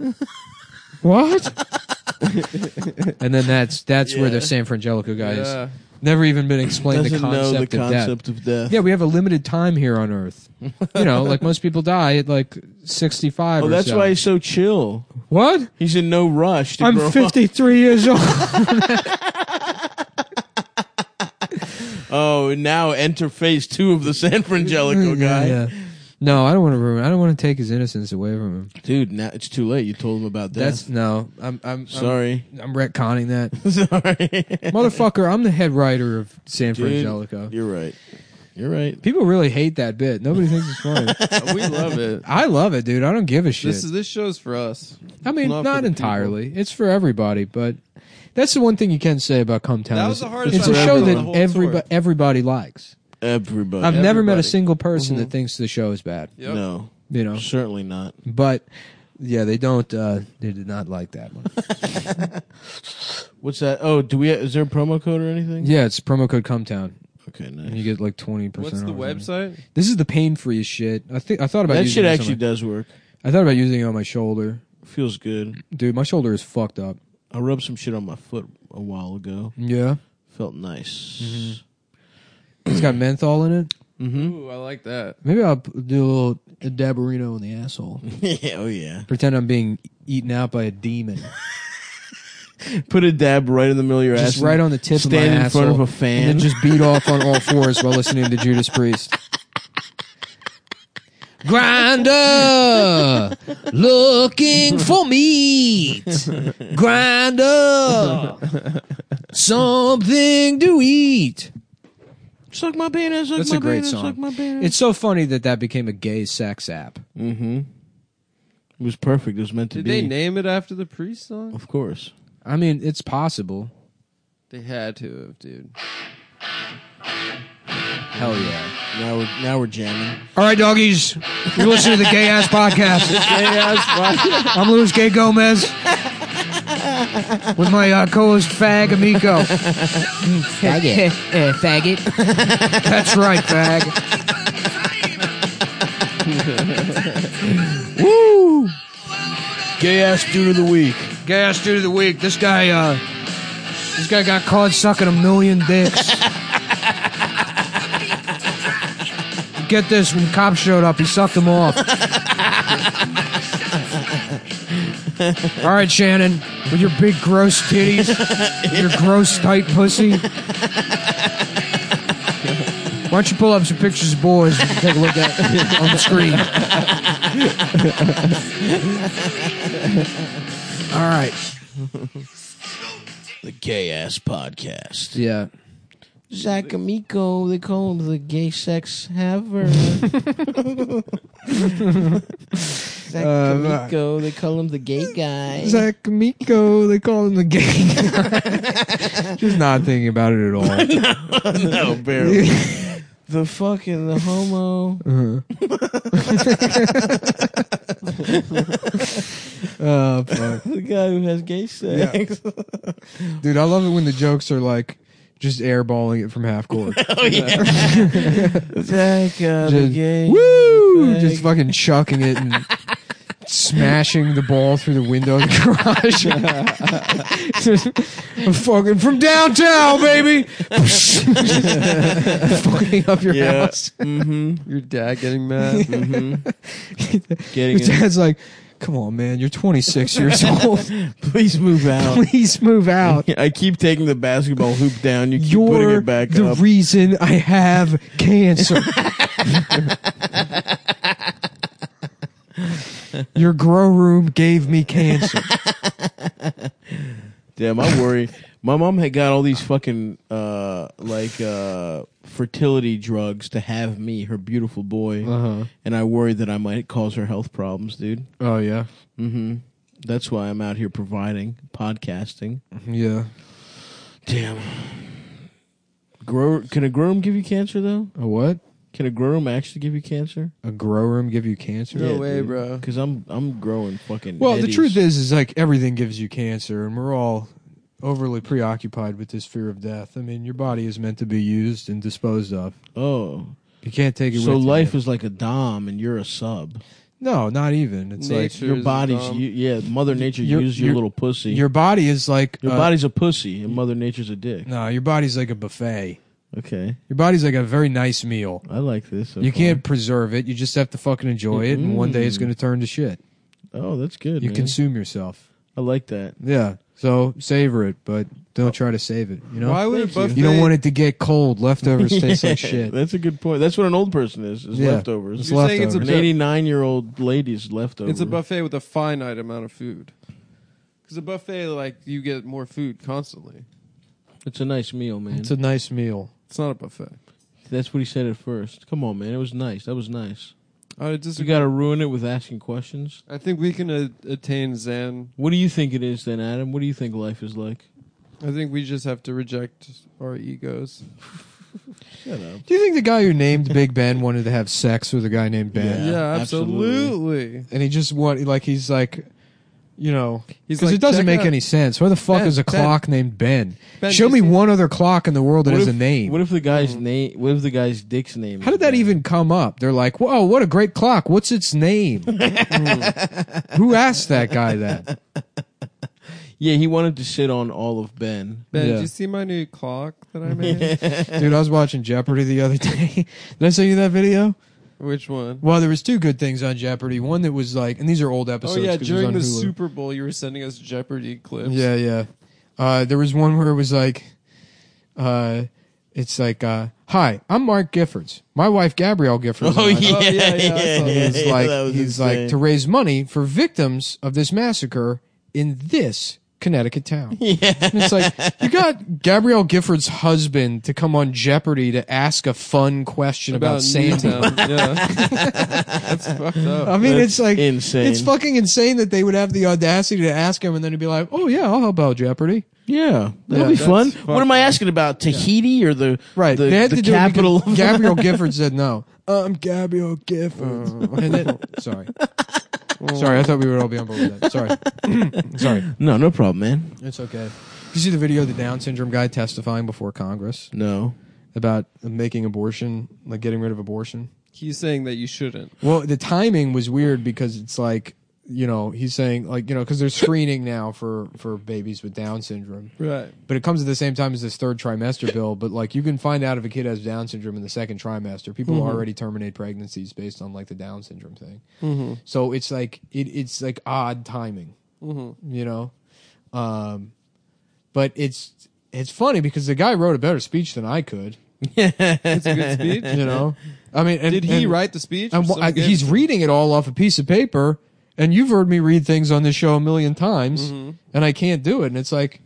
What? and then that's that's where
Yeah.
the San Frangelico guy is.
Yeah.
Never even been explained the
Doesn't know the
concept of death.
concept of death.
Yeah, we have a limited time here on Earth. You know, like most people die at like sixty-five.
Oh,
or
that's
so.
why he's so chill.
What?
He's in no rush to grow
I'm
up.
53 years old.
Oh, and now enter phase two of the San Frangelico guy.
Yeah, yeah. No, I don't want to ruin. I don't want to take his innocence away from him.
Dude, now it's too late. You told him about death.
That's no. I'm I'm I'm-
Sorry.
I'm, retconning that, Uh-huh.
Sorry.
motherfucker. I'm the head writer of San
Dude,
Frangelico.
You're right. You're right.
People really hate that bit. Nobody thinks it's funny.
Uh, we love it.
I love it, dude. I don't give a shit.
This is this show's for us.
I mean,
love for
not
the
entirely. It's for everybody, but that's the one thing you can say about Come Town.
That
is
was the hardest
It's a
I've
show
ever
that
done.
everybody everybody likes.
Everybody.
I've never met a
Everybody. Mm-hmm.
single person that thinks the show is bad.
Yep.
No,
You know,
certainly not.
but yeah, they don't. Uh, they did not like that one.
What's that? Oh, do we? Is there a promo code or anything?
Yeah, it's promo code Cumtown,
Okay,
and
nice.
you get like twenty percent.
What's the website?
This is the pain free shit. I think I thought about
That
using
shit
this on
actually does work.
My, I thought about using it on my shoulder,
Feels good.
dude. My shoulder is fucked up.
I rubbed some shit on my foot a while ago.
Yeah,
Felt nice.
Mm-hmm. it's got menthol in it.
Mm-hmm.
Ooh, I like that.
Maybe I'll p- do a little dabarino in the asshole.
oh yeah.
Pretend I'm being eaten out by a demon,
Put a dab right in the middle of your ass.
just
and
right on the tip of my
Stand in
asshole,
front of a
and
fan.
then just beat off on all fours while listening to Judas Priest. Grinder, looking for meat. Grinder, something to eat.
suck my penis. Suck
That's
my
a great
penis,
song.
Suck my penis.
It's so funny that that became a gay sex app.
mm-hmm. It was perfect. It was meant to
Did
be.
they name it after the priest song?
of course.
I mean, it's possible.
They had to have, dude.
Hell yeah.
Now we're now we're jamming.
All right, doggies. You're listening to the Gay Ass Podcast. I'm Luis Gay Gomez with my uh, co host, Fag Amico.
Faggot. faggot.
That's right, Fag.
Woo! Gay ass dude of the week.
Gay Ass Dude of the Week. This guy, uh, this guy got caught sucking a million dicks. Get this when cops showed up, he sucked them off. All right, Shannon, with your big gross titties, your gross tight pussy. Why don't you pull up some pictures of boys and take a look at on the screen? All right.
The gay ass podcast.
Yeah.
Zach Amico, they call him the gay sex haver. Zach
Uh,
Amico, they call him the gay guy.
Zach Miko, they call him the gang. Just not thinking about it at all.
no, barely. the fucking the homo.
Oh, fuck.
The guy who has gay sex.
Dude, I love it when the jokes are like just airballing it from half court.
Oh yeah. Zach uh, the
Just-
gay.
Woo!
Fag.
Just fucking chucking it and smashing the ball through the window of the garage. I'm fucking from downtown, baby! fucking up your
Yeah.
house.
Mm-hmm.
Your dad getting mad.
Mm-hmm.
Your
Getting it.
dad's like, come on, man, you're 26 years old.
Please move out.
Please move out.
I keep taking the basketball hoop down. You keep putting
You're
it back
the
up.
reason I have cancer. Your grow room gave me cancer.
Damn, I worry. My mom had got all these fucking uh like uh fertility drugs to have me, her beautiful boy,
Uh-huh.
and I worry that I might cause her health problems, dude.
Oh yeah,
Mm-hmm. That's why I'm out here providing podcasting.
yeah.
Damn. Grow can a grow room give you cancer though?
A what?
Can a grow room actually give you cancer?
A grow room give you cancer?
No way, bro.
Because I'm I'm growing fucking.
Well, the
eddies.
truth is, is like everything gives you cancer, and we're all overly preoccupied with this fear of death. I mean, your body is meant to be used and disposed of.
Oh,
You can't take it.
so
with you.
life is like a dom, and you're a sub.
no, not even. It's
Nature
Your
is a
body's
dom.
you, yeah. Mother Nature
um, Your-
uses your
your-
little pussy.
like your body is like
Your
uh,
body's a pussy, and Mother Nature's a dick.
No, your body's like a buffet.
Okay,
Your body's like a very nice meal.
I like this. so
you
far.
can't preserve it. You just have to fucking enjoy it, and one day it's going to turn to shit.
Oh, that's Mm-hmm. good.
You
man.
consume yourself.
I like that.
Yeah. So savor it, but don't try to save it. You know.
Why would a buffet?
You don't want it to get cold. Leftovers taste like shit.
That's a good point. That's what an old person is: is
Yeah.
leftovers.
It's
You're saying it's a
leftovers.
An eighty-nine-year-old lady's leftover.
It's a buffet with a finite amount of food. Because a buffet, like you get more food constantly.
It's a nice meal, man.
It's a nice meal.
It's not a buffet.
That's what he said at first. Come on, man. It was nice. That was nice.
I
So you
disagree.
got to ruin it with asking questions.
I think we can a- attain Zen.
What do you think it is, then, Adam? What do you think life is like?
I think we just have to reject our egos.
Shut up.
Do you think the guy who named Big Ben wanted to have sex with a guy named Ben?
Yeah,
Yeah, absolutely.
And he just want like he's like, you know,
He's
because
like,
it doesn't
check
make
out-
any sense. Why the fuck
Ben,
is a
Ben.
clock named Ben?
Ben,
Show
you
me
see-
one other clock in the world that
What
has
if-
a name.
What if the guy's name? What if the guy's dick's name?
Um, How
is
did that
Ben?
even come up? They're like, whoa, what a great clock. What's its name? Hmm. Who asked that guy that?
Yeah, he wanted to sit on all of Ben.
Ben,
Yeah.
did you see my new clock that I made?
Dude, I was watching Jeopardy the other day. Did I show you that video?
Which one?
Well, there was two good things on Jeopardy. One that was like, and these are old
Oh
episodes.
yeah,
'cause it was
during
on
the
Hulu.
Super Bowl, you were sending us Jeopardy clips.
Yeah, yeah. Uh, there was one where it was like, uh, it's like, uh, hi, I'm Mark Giffords. My wife Gabrielle Giffords. and I-
Oh, yeah, yeah, yeah,
Oh, He's
Oh, yeah,
like,
that was
he's
insane.
like to raise money for victims of this massacre in this Connecticut town. And it's like you got Gabrielle Gifford's husband to come on Jeopardy to ask a fun question about,
About
Santa.
Newtown. yeah. That's fucked up.
I mean,
That's
it's like
insane.
It's fucking insane that they would have the audacity to ask him, and then he'd be like, "Oh yeah, I'll help out Jeopardy."
Yeah, that'll
Yeah,
be
that's
fun.
fucked
What am I asking about Tahiti or the
Right.
The,
they had
the
to do
capital.
It because Gabrielle Gifford said no. I'm Gabrielle Gifford. and then, sorry. Sorry, I thought we would all be on board with that. Sorry. sorry.
no, no problem, man.
It's okay. You see the video of the Down syndrome guy testifying before Congress
No,
about making abortion, like getting rid of abortion?
He's saying that you shouldn't.
Well, the timing was weird because it's like, you know, he's saying like, you know, because they're screening now for for babies with Down syndrome.
Right.
But it comes at the same time as this third trimester bill. But like you can find out if a kid has Down syndrome in the second trimester. People
Mm-hmm.
already terminate pregnancies based on like the Down syndrome thing.
Mm-hmm.
So it's like it, it's like odd timing,
Mm-hmm.
you know. Um, but it's it's funny because the guy wrote a better speech than I could,
It's a good speech.
you know. I mean, and-
Did he
and-
write the speech?
And
Or
wh-
some
I,
guy-
he's reading it all off a piece of paper, and you've heard me read things on this show a million times,
Mm-hmm.
and I can't do it. And it's like,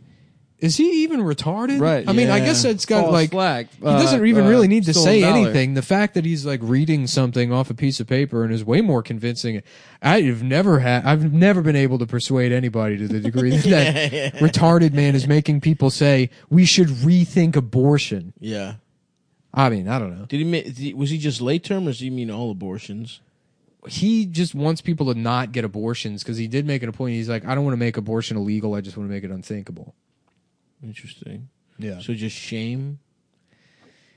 is he even retarded?
Right,
I mean, I
yeah.
guess it's got
False
like
flag.
he doesn't even
Uh,
really need to
stolen
say
valor.
anything. The fact that he's like reading something off a piece of paper and is way more convincing. I've never had. I've never been able to persuade anybody to the degree that that retarded man is making people say we should rethink abortion.
yeah.
I mean, I don't know.
Did he? ma- did he- Was he just late term, or does he mean all abortions?
he just wants people to not get abortions because he did make it a point. He's like, I don't want to make abortion illegal. I just want to make it unthinkable.
Interesting.
Yeah.
So just shame.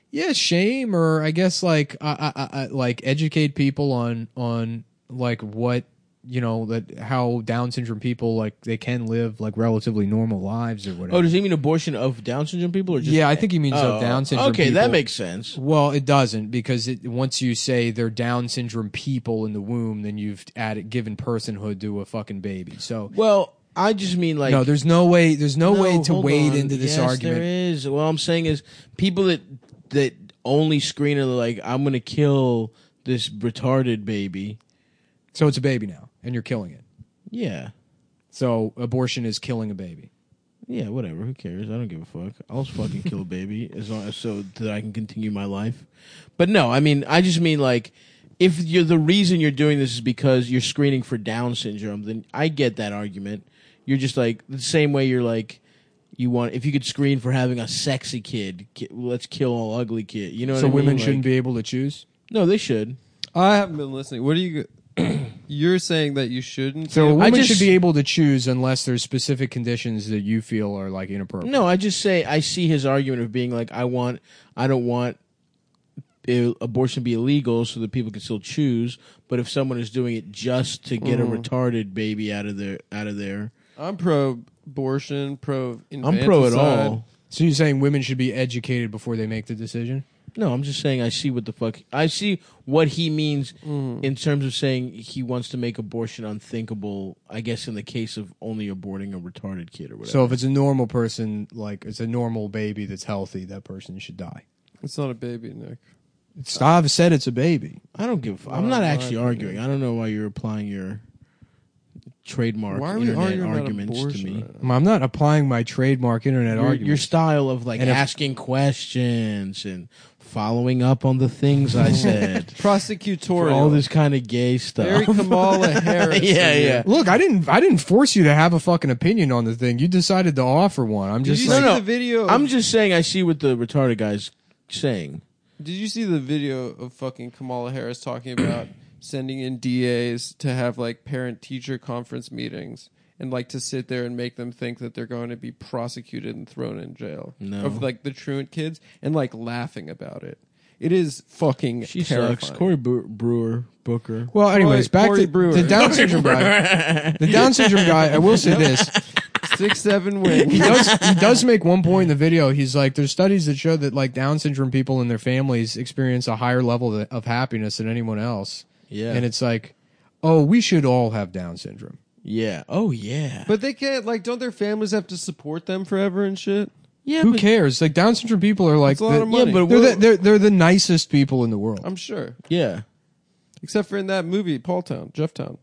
Yeah, shame, or I guess like, I, I, I, I- like educate people on on like what you know that how Down syndrome people like they can live like relatively normal lives or whatever.
Oh, does he mean abortion of Down syndrome people, or just
yeah, I think he means
Oh,
of Down syndrome.
Okay,
people.
that makes sense.
Well, it doesn't because it, once you say they're Down syndrome people in the womb, then you've added given personhood to a fucking baby. So
Well, I just mean like
no, there's no way. There's no,
No,
way to
hold
wade
on.
into this
Yes,
argument.
There is. What I'm saying is people that that only screen are like, I'm gonna kill this retarded baby.
So it's a baby now, and you're killing it.
Yeah.
So abortion is killing a baby.
Yeah, whatever. Who cares? I don't give a fuck. I'll just fucking kill a baby as long as so that I can continue my life. But no, I mean, I just mean like, if you're the reason you're doing this is because you're screening for Down syndrome, then I get that argument. You're just like the same way you're like, you want if you could screen for having a sexy kid, ki- let's kill all ugly kid. You know,
so
what I
women
mean?
shouldn't
Like-
be able to choose.
No, they should.
I haven't been listening. What are you? you're saying that you shouldn't.
So a
give-
I
woman
just-
should be able to choose unless there's specific conditions that you feel are like inappropriate.
No, I just say I see his argument of being like I want, I don't want i- abortion to be illegal so that people can still choose. But if someone is doing it just to get a retarded baby out of their out of there,
I'm pro-abortion, pro.
I'm pro at all.
So you're saying women should be educated before they make the decision?
No, I'm just saying I see what the fuck I see what he means in terms of saying he wants to make abortion unthinkable. I guess in the case of only aborting a retarded kid or whatever.
So if it's a normal person, like it's a normal baby that's healthy, that person should die.
It's not a baby, Nick.
It's, I've said it's a baby.
I don't give. a fu- I'm not actually arguing. I don't know why you're applying your trademark
Why are we
internet
arguing about
arguments to
abortion?
me.
right now?
I'm not applying my trademark internet
Your,
argument.
your style of like
And if-
asking questions and following up on the things I said,
Prosecutorial.
all this kind of gay
Very
stuff.
Kamala Harris.
yeah,
in
yeah.
here.
Look, I didn't. I didn't force you to have a fucking opinion on the thing. You decided to offer one. I'm
Did
just
you
like,
see
No, no.
the video? of-
I'm just saying I see what the retarded guy's saying.
Did you see the video of fucking Kamala Harris talking about sending in DAs to have like parent teacher conference meetings and like to sit there and make them think that they're going to be prosecuted and thrown in jail
No.
of like the truant kids and like laughing about it. It is fucking
She
terrifying.
sucks. Cory Bu- Brewer Booker.
well, anyways,
Corey-
back
Corey
to
Brewer.
the Down syndrome guy. The Down syndrome guy. I will say this:
Six seven wing.
he does. He does make one point in the video. He's like, there's studies that show that like Down syndrome people and their families experience a higher level of- of happiness than anyone else.
Yeah.
and it's like, oh, we should all have Down syndrome.
Yeah. Oh yeah.
But they can't like don't their families have to support them forever and shit?
yeah.
Who
but-
cares? Like Down syndrome people are like,
It's a lot
the-
of money.
but
they're
we're-
the, they're they're the nicest people in the world.
I'm sure.
yeah.
Except for in that movie, Paul Town, Jeff Town.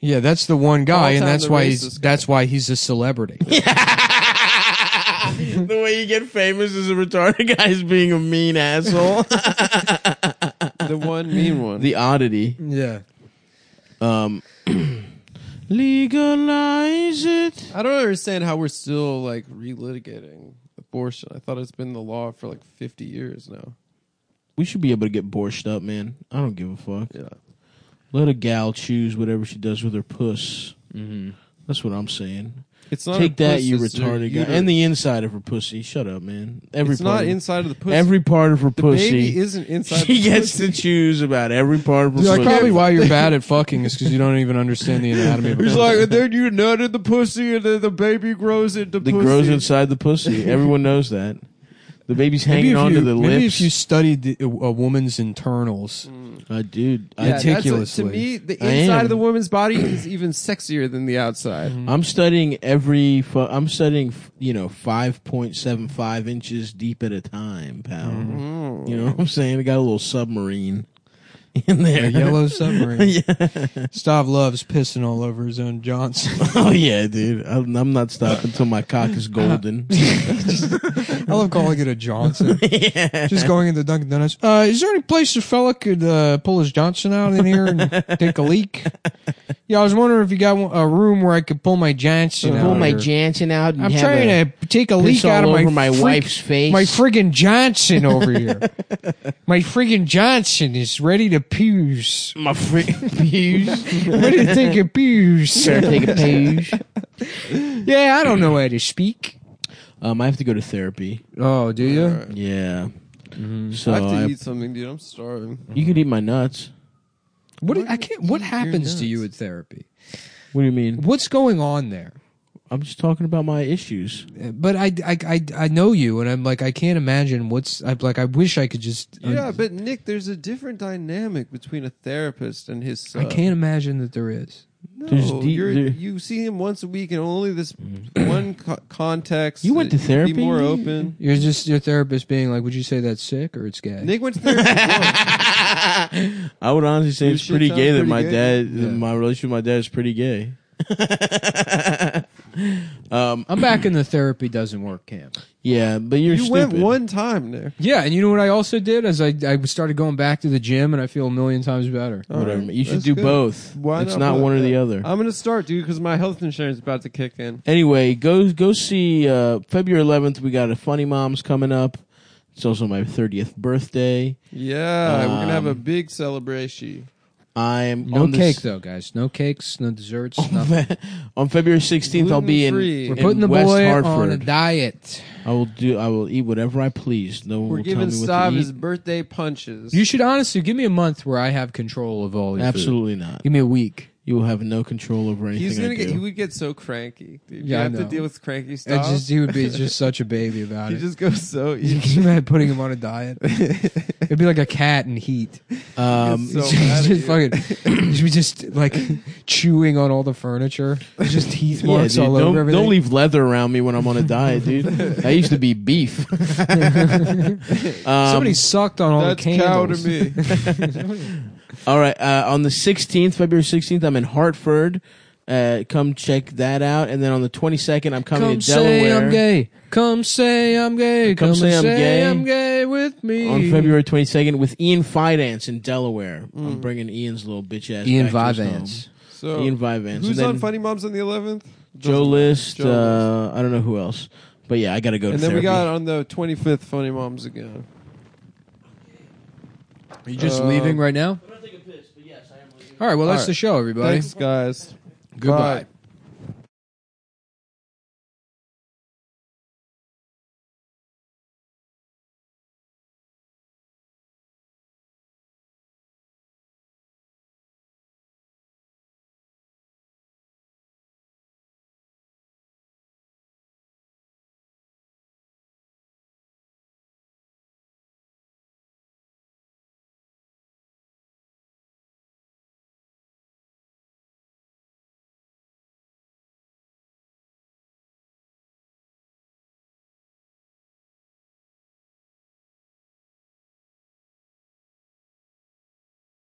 Yeah, that's the one guy,
All-time
and that's
the
why
racist
he's
guy.
that's why he's a celebrity.
the way you get famous as a retarded guy is being a mean asshole.
The one mean one.
the oddity.
yeah.
Um, legalize it.
I don't understand how we're still like relitigating abortion. I thought it's been the law for like 50 years now.
We should be able to get borscht up, man. I don't give a fuck.
Yeah.
Let a gal choose whatever she does with her puss.
Mm-hmm.
That's what I'm saying.
It's not
Take
her
that,
puss,
you
it's her
retarded guy,
uterus.
and the inside of her pussy. Shut up, man. Every
it's
part
not
of-
inside of the pussy.
Every part of her
the
pussy.
baby isn't inside.
she
the
gets to
pussy.
choose about every part of her
That's
pussy.
probably why you're bad at fucking is because you don't even understand the anatomy of a
He's
pussy.
like, and then you nut in the pussy, and then the baby grows into
that
pussy.
grows inside the pussy. Everyone knows that. The baby's hanging
if
on
you,
to the
maybe
lips.
if you studied the, a woman's internals,
uh, dude,
Yeah, that's
I,
what-
meticulously.
to me, the
I
inside
am.
of the woman's body is even sexier than the outside.
I'm studying every. Fu- I'm studying, f- you know, five point seven five inches deep at a time, pal.
Mm-hmm.
You know what I'm saying? We got a little submarine in
a
there.
yellow submarine. Stav loves pissing all over his own Johnson.
oh yeah, dude. I'm, I'm not stopping until my cock is golden.
I love calling it a Johnson. Just going into Dunkin' Donuts. Uh, is there any place a fella could uh, pull his Johnson out in here and take a leak? Yeah, I was wondering if you got one- a room where I could pull my Johnson out.
Pull my
here.
Jansen out and
I'm
have
trying
a
to take a leak
piss all
out of
over my
my freak-
wife's face.
My friggin' Johnson over here. my friggin' Johnson is ready to pews.
my freaking pews.
Ready to take a pews.
Sir, take a page.
yeah, I don't know how to speak.
Um, I have to go to therapy.
Oh, do you?
Alright.
Yeah. So
Mm-hmm.
I have to
I-
eat something, dude. I'm starving.
you could eat my nuts.
What I can't. What happens
nuts.
to you at therapy?
What do you mean?
What's going on there?
I'm just talking about my issues.
But I, I, I, I know you, and I'm like, I can't imagine what's. I'm like, I wish I could just.
Yeah, but Nick, there's a different dynamic between a therapist and his
I
son.
can't imagine that there is.
There's
No,
deep-
you're,
there- Mm.
you see him once a week, and only this one co- context.
You went to
Be
therapy?
more open.
You're just your therapist being like, would you say that's sick or it's gay?
Nick went to therapy. once.
I would honestly say
Dude,
it's
shit
pretty
sounds
gay that
pretty
my
gay.
dad,
Yeah.
my relationship with my dad is pretty gay. um,
I'm back in the therapy doesn't work camp.
yeah, but you're
you
stupid.
went one time, Nick.
Yeah, and you know what I also did is I I started going back to the gym and I feel a million times better.
Whatever.
Alright,
you should
that's
do
good.
both.
Why
it's not
both?
one or the other. Um,
I'm gonna start, dude, because my health insurance is about to kick in.
anyway, go go see uh, February 11th. We got a Funny Moms coming up. It's also my 30th birthday.
Yeah, we're gonna have a
Um,
big celebration.
I'm
No
on the
cake
s-
though, guys. No cakes, no desserts. nothing.
on February 16th, I'll be in.
Gluten-free.
We're
We're
in
putting the
West
boy
Hartford.
on a diet.
I will do. I will eat whatever I please. No one
We're
will tell
giving
me what
Stav
to
his
eat.
birthday punches.
You should honestly give me a month where I have control of all your food.
Absolutely not.
Give me a week.
You will have no control over anything.
He's
I
gonna get.
do.
He would get so cranky. Dude.
Yeah, I
you have to
know.
deal with cranky stuff.
It just he would be just such a baby about
he
it.
just goes so.
You
He's
can imagine putting him on a diet. It'd be like a cat in heat.
um,
so mad
He's
at you.
just fucking, he'd be just like chewing on all the furniture. There's Just teeth
yeah,
marks
dude,
all
don't,
over everything.
don't leave leather around me when I'm on a diet, dude. That used to be beef. Um,
Somebody sucked on all
That's
the
cow to
candles.
me.
All right. Uh, on the 16th, February 16th, I'm in Hartford. Uh, come check that out. And then on the 22nd, I'm coming
Come
to
say
Delaware.
I'm gay. Come say I'm gay.
Come
Come,
say I'm
and
gay.
I'm gay with me.
On February 22nd with Ian Vidance in Delaware. I'm bringing Ian's little bitch ass.
Mm.
back
Ian
to his
Vivance.
home.
So
Ian Vidance. and
who's
then
on Funny Moms on the 11th?
Joe
Doesn't-
List.
Joe
uh, I don't know who else. But yeah, I got to go to
And then we
therapy.
got uh, on the 25th Funny Moms again.
Are you just
Uh,
leaving right now?
I'm going to take a piss, but yes, I am leaving.
All right. Well, that's
All right.
the show, everybody.
Thanks, guys.
Goodbye.
Bye.